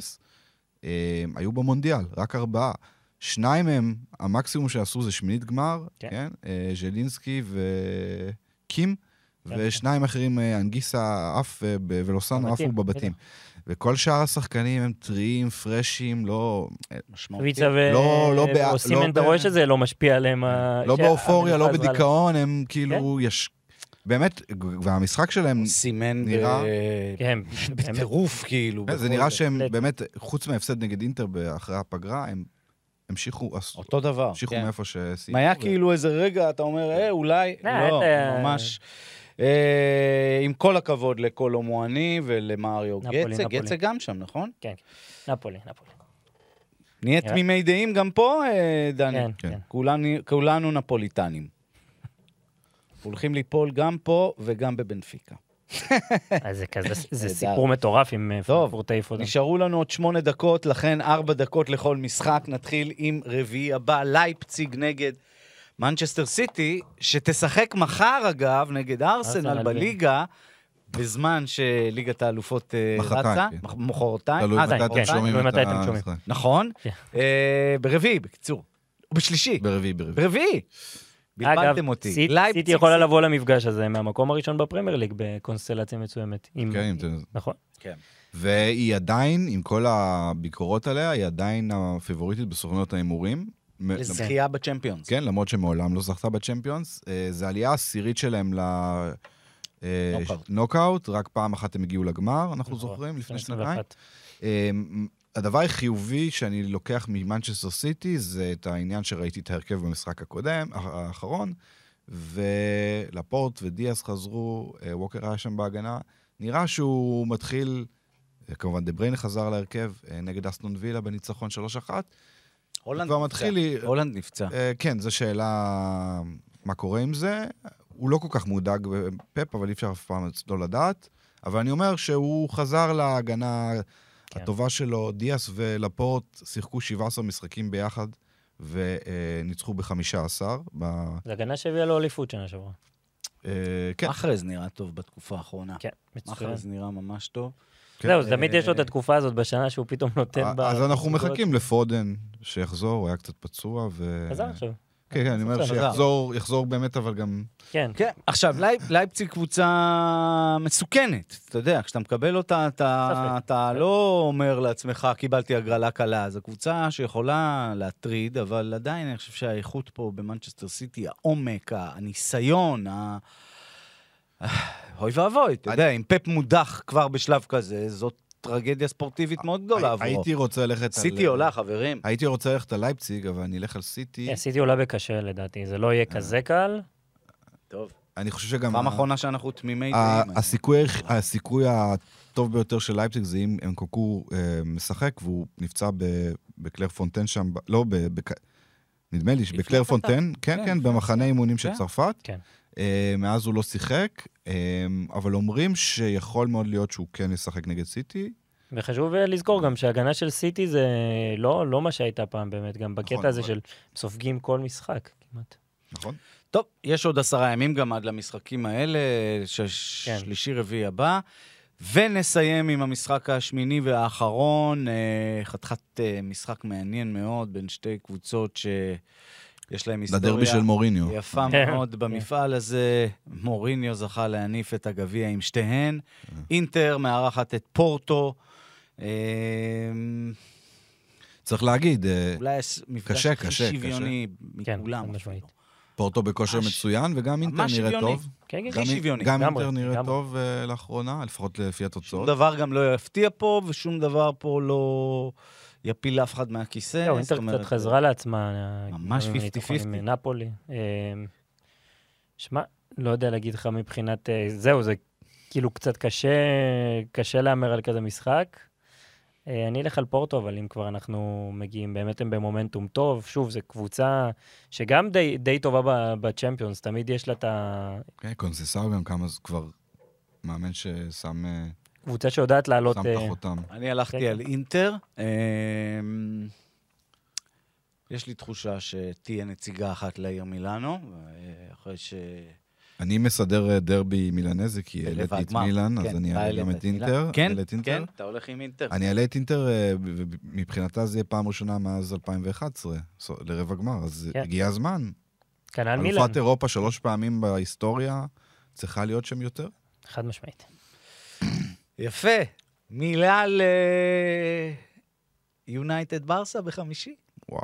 Speaker 4: אה, היו במונדיאל, רק ארבעה. שניים מהם, המקסימום שעשו זה שמינית גמר,
Speaker 3: כן.
Speaker 4: כן, כן? אה, ז'לינסקי וקים,
Speaker 3: כן,
Speaker 4: ושניים אחרים, אה, אנגיסה עף אה, ב- ולוסנו
Speaker 3: בבתים,
Speaker 4: עפו בבתים. וכל שאר השחקנים הם טריים, פרשים, לא,
Speaker 2: משמעותי.
Speaker 3: ויצה ו...
Speaker 4: לא- לא בא-
Speaker 3: או
Speaker 4: לא
Speaker 3: סימן, אתה
Speaker 4: ב-
Speaker 3: רואה שזה לא משפיע עליהם. ה-
Speaker 4: לא
Speaker 3: שה-
Speaker 4: באופוריה, לא
Speaker 3: המנוחה עזרה להם.
Speaker 4: בדיכאון, הם
Speaker 2: כן.
Speaker 4: כאילו יש... באמת, והמשחק שלהם,
Speaker 2: סימן ב-
Speaker 4: נראה- אה,
Speaker 3: כן,
Speaker 4: [laughs]
Speaker 3: באמת.
Speaker 2: בטירוף, כאילו.
Speaker 4: זה
Speaker 2: בכל
Speaker 4: נראה שהם
Speaker 3: בהחלט.
Speaker 4: באמת, חוץ מההפסד נגד אינטר אחרי הפגרה, הם המשיכו, עשו-
Speaker 2: אותו דבר.
Speaker 4: המשיכו
Speaker 2: כן.
Speaker 4: מאיפה שסיימו.
Speaker 2: אם היה
Speaker 4: ו-
Speaker 2: כאילו איזה רגע, אתה אומר, אה, אולי,
Speaker 3: אה,
Speaker 2: לא,
Speaker 3: אה,
Speaker 2: ממש. אה, עם כל הכבוד לקולו מואני ולמריו
Speaker 3: נפולי,
Speaker 2: גצה,
Speaker 3: נפולי.
Speaker 2: גצה גם שם, נכון?
Speaker 3: כן, כן. נפולי, נפולי.
Speaker 2: נהיה
Speaker 3: נראה-
Speaker 2: תמימי דעים גם פה, אה, דני?
Speaker 3: כן,
Speaker 4: כן.
Speaker 3: כן.
Speaker 2: כולנו- כולנו נפוליטנים. הולכים ליפול גם פה וגם בבנפיקה.
Speaker 3: כן. אז זה
Speaker 4: [laughs]
Speaker 3: כזה, זה
Speaker 2: נהדר.
Speaker 3: סיפור מטורף עם אה,
Speaker 2: טוב.
Speaker 3: פרנקפורט העיף אותם.
Speaker 2: נשארו לנו עוד שמונה דקות, לכן ארבע דקות לכל משחק. נתחיל עם רביעי הבא, לייפציג נגד מנצ'סטר סיטי, שתשחק מחר, אגב, נגד ארסנל
Speaker 3: ארסנל, כן.
Speaker 2: בליגה, בזמן שליגת האלופות אה,
Speaker 4: מחרתיים,
Speaker 2: רצה.
Speaker 4: כן.
Speaker 2: מח- מחרתיים.
Speaker 4: תלוי
Speaker 2: אה,
Speaker 4: מתי
Speaker 2: זה
Speaker 4: אתם
Speaker 2: מחרתיים?
Speaker 4: שומעים
Speaker 3: תלוי
Speaker 4: את
Speaker 3: מתי אתם שומעים.
Speaker 4: המשחק.
Speaker 2: נכון.
Speaker 3: כן.
Speaker 2: אה, ברביעי, בקיצור. בשלישי.
Speaker 4: ברביעי, ברביעי.
Speaker 2: ברביעי. בלבלתם אותי.
Speaker 3: סיט-
Speaker 2: לייפציג-
Speaker 3: סיטי יכולה לבוא למפגש הזה מהמקום הראשון בפרמייר ליג בקונסטלציה מסוימת. עם-
Speaker 4: כן, אם אתם-
Speaker 3: נכון.
Speaker 2: אה.
Speaker 4: והיא עדיין, עם כל הביקורות עליה, היא עדיין הפיבוריטית בסוכנות ההימורים. מ-
Speaker 2: לזכייה בצ'מפיונס.
Speaker 4: כן, למרות שמעולם לא זכתה בצ'מפיונס. אה, זו עלייה עשירית שלהם
Speaker 2: נוקאוט.
Speaker 4: לנוקאוט, רק פעם אחת הם הגיעו לגמר, אנחנו
Speaker 3: נכון.
Speaker 4: זוכרים, לפני שנתיים.
Speaker 3: 21.
Speaker 4: אה, הדבר הכי שאני לוקח ממנצ'סטר סיטי זה את העניין שראיתי את ההרכב במשחק הקודם, האח- האחרון, ולפורט ודיאס חזרו, אה, ווקר היה שם בהגנה. נראה שהוא מתחיל, אה, כמובן דה בריינה חזר להרכב אה, נגד אסטון וילה בניצחון 3-1.
Speaker 2: הולנד
Speaker 4: כבר
Speaker 2: נפצע.
Speaker 4: מתחיל לי-
Speaker 2: הולנד נפצע.
Speaker 4: אה, כן, זו שאלה מה קורה עם זה. הוא לא כל כך מודאג בפאפ, אבל אי אפשר אף פעם לא לדעת. אבל אני אומר שהוא חזר להגנה
Speaker 3: כן.
Speaker 4: הטובה שלו. דיאס ולפורט שיחקו 17 משחקים ביחד וניצחו ב-15. ב...
Speaker 3: זו הגנה שהביאה לו אליפות שנה שעברה.
Speaker 4: אה, כן,
Speaker 2: אחרז נראה טוב בתקופה האחרונה.
Speaker 3: כן, מצוין.
Speaker 2: אחרז נראה ממש טוב.
Speaker 4: כן. אה,
Speaker 3: זהו, זה תמיד יש לו את התקופה הזאת בשנה שהוא פתאום נותן בה...
Speaker 4: אז אנחנו
Speaker 3: נקודות.
Speaker 4: מחכים לפודן שיחזור, הוא היה קצת פצוע. ו...
Speaker 3: חזר עכשיו.
Speaker 4: כן, כן, אני אומר
Speaker 3: חזר.
Speaker 4: שיחזור יחזור באמת, אבל גם...
Speaker 3: כן.
Speaker 2: כן, עכשיו, לייב- לייפציג קבוצה מסוכנת, אתה יודע, כשאתה מקבל אותה, אתה,
Speaker 3: ספק.
Speaker 2: אתה לא אומר לעצמך, קיבלתי הגרלה קלה, זו קבוצה שיכולה להטריד, אבל עדיין אני חושב שהאיכות פה במנצ'סטר סיטי, העומק, הניסיון, ה... אוי ואבוי, אתה יודע, אם פפ מודח כבר בשלב כזה, זאת טרגדיה ספורטיבית מאוד
Speaker 3: לא
Speaker 2: גדולה
Speaker 4: הי-
Speaker 2: עבורו.
Speaker 4: הייתי רוצה ללכת על...
Speaker 2: סיטי עולה, חברים.
Speaker 4: הייתי רוצה ללכת על לייפציג, אבל אני אלך על סיטי.
Speaker 3: כן, סיטי עולה בקשה לדעתי, זה לא יהיה
Speaker 4: אה.
Speaker 3: כזה קל.
Speaker 2: טוב.
Speaker 4: אני חושב שגם...
Speaker 2: פעם
Speaker 4: ה-
Speaker 2: אחרונה שאנחנו תמימי
Speaker 4: ה-
Speaker 2: דעים.
Speaker 4: הסיכוי, הסיכוי הטוב ביותר של לייפציג זה אם אנקוקו אה, משחק והוא נפצע ב- בקלר פונטן שם, ב- לא, ב- בק- נדמה לי שבקלר פונטן, כן, כן, במחנה אימונים של
Speaker 2: כן.
Speaker 4: צרפת.
Speaker 3: כן.
Speaker 4: אה, מאז הוא לא שיחק, אה, אבל אומרים שיכול מאוד להיות שהוא כן ישחק נגד סיטי.
Speaker 3: וחשוב אה, לזכור גם שההגנה של סיטי זה לא, לא מה שהייתה פעם באמת, גם בקטע
Speaker 4: נכון,
Speaker 3: הזה
Speaker 4: נכון.
Speaker 3: של סופגים כל משחק כמעט.
Speaker 4: נכון?
Speaker 2: טוב, יש עוד עשרה ימים גם עד למשחקים האלה, שש-
Speaker 3: כן.
Speaker 2: שלישי-רביעי הבא. ונסיים עם המשחק השמיני והאחרון, אה, חתיכת אה, משחק מעניין מאוד בין שתי קבוצות שיש להן היסטוריה.
Speaker 4: לדרבי של מוריניו.
Speaker 2: יפה
Speaker 3: כן.
Speaker 2: מאוד במפעל הזה. מוריניו זכה להניף את הגביע עם שתיהן.
Speaker 4: אה.
Speaker 2: אינטר מארחת את פורטו. אה,
Speaker 4: צריך להגיד, אה,
Speaker 2: אולי המפגש
Speaker 4: קשה,
Speaker 2: הכי
Speaker 4: קשה, קשה.
Speaker 2: שוויוני
Speaker 3: כן,
Speaker 2: מכולם.
Speaker 3: חד משמעית.
Speaker 2: אפילו.
Speaker 4: פורטו בכושר
Speaker 2: ממש-
Speaker 4: מצוין, וגם אינטר
Speaker 2: ממש
Speaker 4: נראה
Speaker 2: שוויוני.
Speaker 4: טוב.
Speaker 3: כן, כן,
Speaker 4: גם אינ-
Speaker 2: שוויוני.
Speaker 4: גם
Speaker 3: לגמרי,
Speaker 4: אינטר נראה
Speaker 3: לגמרי.
Speaker 4: טוב אה, לאחרונה, לפחות לפי
Speaker 2: שום
Speaker 4: התוצאות.
Speaker 2: דבר גם לא יפתיע פה, ושום דבר פה לא יפיל אף אחד מהכיסא.
Speaker 3: זהו,
Speaker 2: כן, זאת
Speaker 3: לא, אינטר
Speaker 2: אומרת,
Speaker 3: קצת חזרה לעצמה. אה,
Speaker 2: ממש
Speaker 3: הניצחון
Speaker 2: 50-50.
Speaker 3: עם נפולי. אה, שמע, לא יודע להגיד לך מבחינת... אה, זהו, זה כאילו קצת קשה, קשה להמר על כזה משחק. אה, אני אלך על פורטו, אבל אם כבר אנחנו מגיעים, באמת הם במומנטום טוב. שוב, זו קבוצה שגם די, די טובה ב- בצ'מפיונס, תמיד יש לה את
Speaker 4: כן, קונסיסאו גם כמה, ז- כבר מאמן ששם אה,
Speaker 3: הקבוצה שיודעת
Speaker 2: לא
Speaker 3: לעלות...
Speaker 4: שם
Speaker 3: אה,
Speaker 4: את החותם.
Speaker 2: אני הלכתי
Speaker 3: כן,
Speaker 2: על אינטר. אמ, יש לי תחושה שתהיה נציגה אחת לעיר מילאנו, אה, אחרי ש...
Speaker 4: אני מסדר אה, דרבי מילנזי, כי
Speaker 2: בלב
Speaker 4: העליתי את
Speaker 2: הגמר.
Speaker 4: מילאן, אז
Speaker 2: כן,
Speaker 4: אני
Speaker 2: אתה
Speaker 4: אעלה גם
Speaker 2: העלית
Speaker 4: את
Speaker 2: מילאן.
Speaker 4: אינטר.
Speaker 2: כן,
Speaker 4: אעלה את אינטר.
Speaker 2: כן, אתה הולך עם אינטר.
Speaker 4: אני אעלה את אינטר, אה, ו- ו- מבחינתה זה יהיה פעם ראשונה מאז 2011, סו- לרבע גמר, אז
Speaker 3: כן.
Speaker 4: הגיע הזמן.
Speaker 3: כנ"ל מילן,
Speaker 4: אלופת אירופה שלוש פעמים בהיסטוריה, צריכה להיות שם יותר.
Speaker 3: חד משמעית.
Speaker 2: יפה. מילה ל... יונייטד ברסה בחמישי.
Speaker 4: וואו.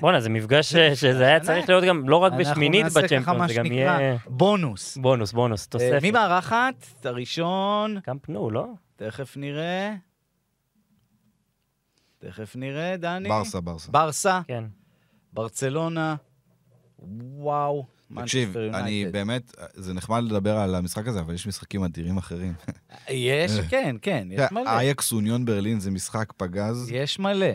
Speaker 3: בואנה, זה מפגש
Speaker 2: [laughs]
Speaker 3: ש- שזה היה צריך להיות גם לא רק בשמינית בצ'מפיונס, זה
Speaker 2: אנחנו
Speaker 3: גם
Speaker 2: נעשה ככה מה
Speaker 3: יהיה...
Speaker 2: שנקרא בונוס.
Speaker 3: בונוס, בונוס,
Speaker 2: אה,
Speaker 3: תוספת.
Speaker 2: מי מארחת? הראשון.
Speaker 3: קאמפ נו, לא?
Speaker 2: תכף נראה. תכף נראה, דני.
Speaker 4: ברסה, ברסה.
Speaker 2: ברסה,
Speaker 3: כן.
Speaker 2: ברצלונה, וואו.
Speaker 4: תקשיב,
Speaker 2: Manchester
Speaker 4: אני
Speaker 2: United.
Speaker 4: באמת, זה נחמד לדבר על המשחק הזה, אבל יש משחקים אדירים אחרים.
Speaker 2: יש,
Speaker 4: אה,
Speaker 2: כן, כן, יש
Speaker 4: [laughs]
Speaker 2: מלא.
Speaker 4: אייקס אוניון ברלין זה משחק פגז.
Speaker 2: יש מלא.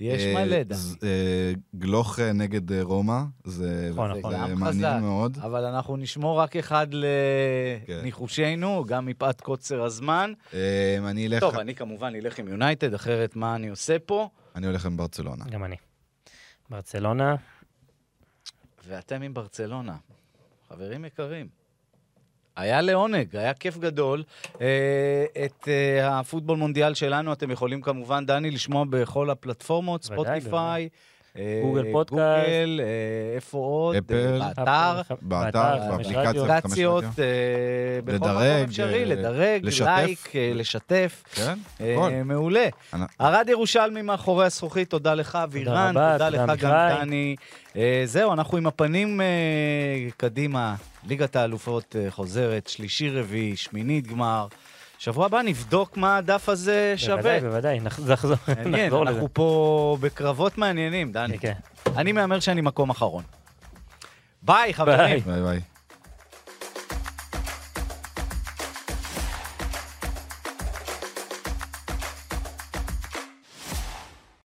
Speaker 2: יש
Speaker 4: אה,
Speaker 2: מלא, דני.
Speaker 4: ז- אה, גלוך אה, נגד אה, רומא, זה
Speaker 3: נכון,
Speaker 4: זה-
Speaker 3: נכון.
Speaker 4: זה
Speaker 2: עם
Speaker 4: מעניין
Speaker 2: חזק.
Speaker 4: מאוד.
Speaker 2: אבל אנחנו נשמור רק אחד
Speaker 4: כן.
Speaker 2: לניחושינו, גם מפאת קוצר הזמן.
Speaker 4: אה, אני אלך,
Speaker 2: טוב, אני כמובן אלך עם יונייטד, אחרת מה אני עושה פה?
Speaker 4: אני הולך עם
Speaker 3: [laughs]
Speaker 4: ברצלונה.
Speaker 3: גם אני. ברצלונה,
Speaker 2: ואתם עם ברצלונה. חברים יקרים. היה לעונג, היה כיף גדול. אה, את אה, הפוטבול מונדיאל שלנו אתם יכולים כמובן, דני, לשמוע בכל הפלטפורמות,
Speaker 3: בוודאי,
Speaker 2: ספוטיפיי, אה,
Speaker 3: גוגל פודקאסט.
Speaker 2: גוגל, אה, איפה עוד?
Speaker 4: אפל.
Speaker 2: אה, באתר.
Speaker 3: אפל,
Speaker 4: באתר,
Speaker 3: חמש
Speaker 4: באפליקציה.
Speaker 3: רדיו.
Speaker 4: חמש
Speaker 2: אפליקציות,
Speaker 4: רדיו.
Speaker 2: אה, בכל מקום
Speaker 4: לדרג,
Speaker 2: אפשרי,
Speaker 4: אה,
Speaker 2: לדרג,
Speaker 4: לשתף.
Speaker 2: לייק, אה, לשתף.
Speaker 4: כן?
Speaker 2: אה,
Speaker 4: הכל.
Speaker 2: מעולה.
Speaker 4: אנ-
Speaker 2: ערד ירושלמי מאחורי הזכוכית, תודה לך, ואירן,
Speaker 3: רבה,
Speaker 2: תודה
Speaker 3: תודה,
Speaker 2: לך גם,
Speaker 3: עמיחי.
Speaker 2: דני. אה, זהו, אנחנו עם הפנים אה, קדימה. ליגת האלופות אה, חוזרת, שלישי, רביעי, שמינית גמר. שבוע הבא נבדוק מה הדף הזה שווה.
Speaker 3: בוודאי, בוודאי, נח- נחזור
Speaker 2: מעניין,
Speaker 3: נחזור לזה.
Speaker 2: אנחנו פה בקרבות מעניינים, דני.
Speaker 3: כן.
Speaker 2: אני מהמר שאני מקום אחרון. ביי, חברים.
Speaker 3: ביי.
Speaker 4: ביי ביי.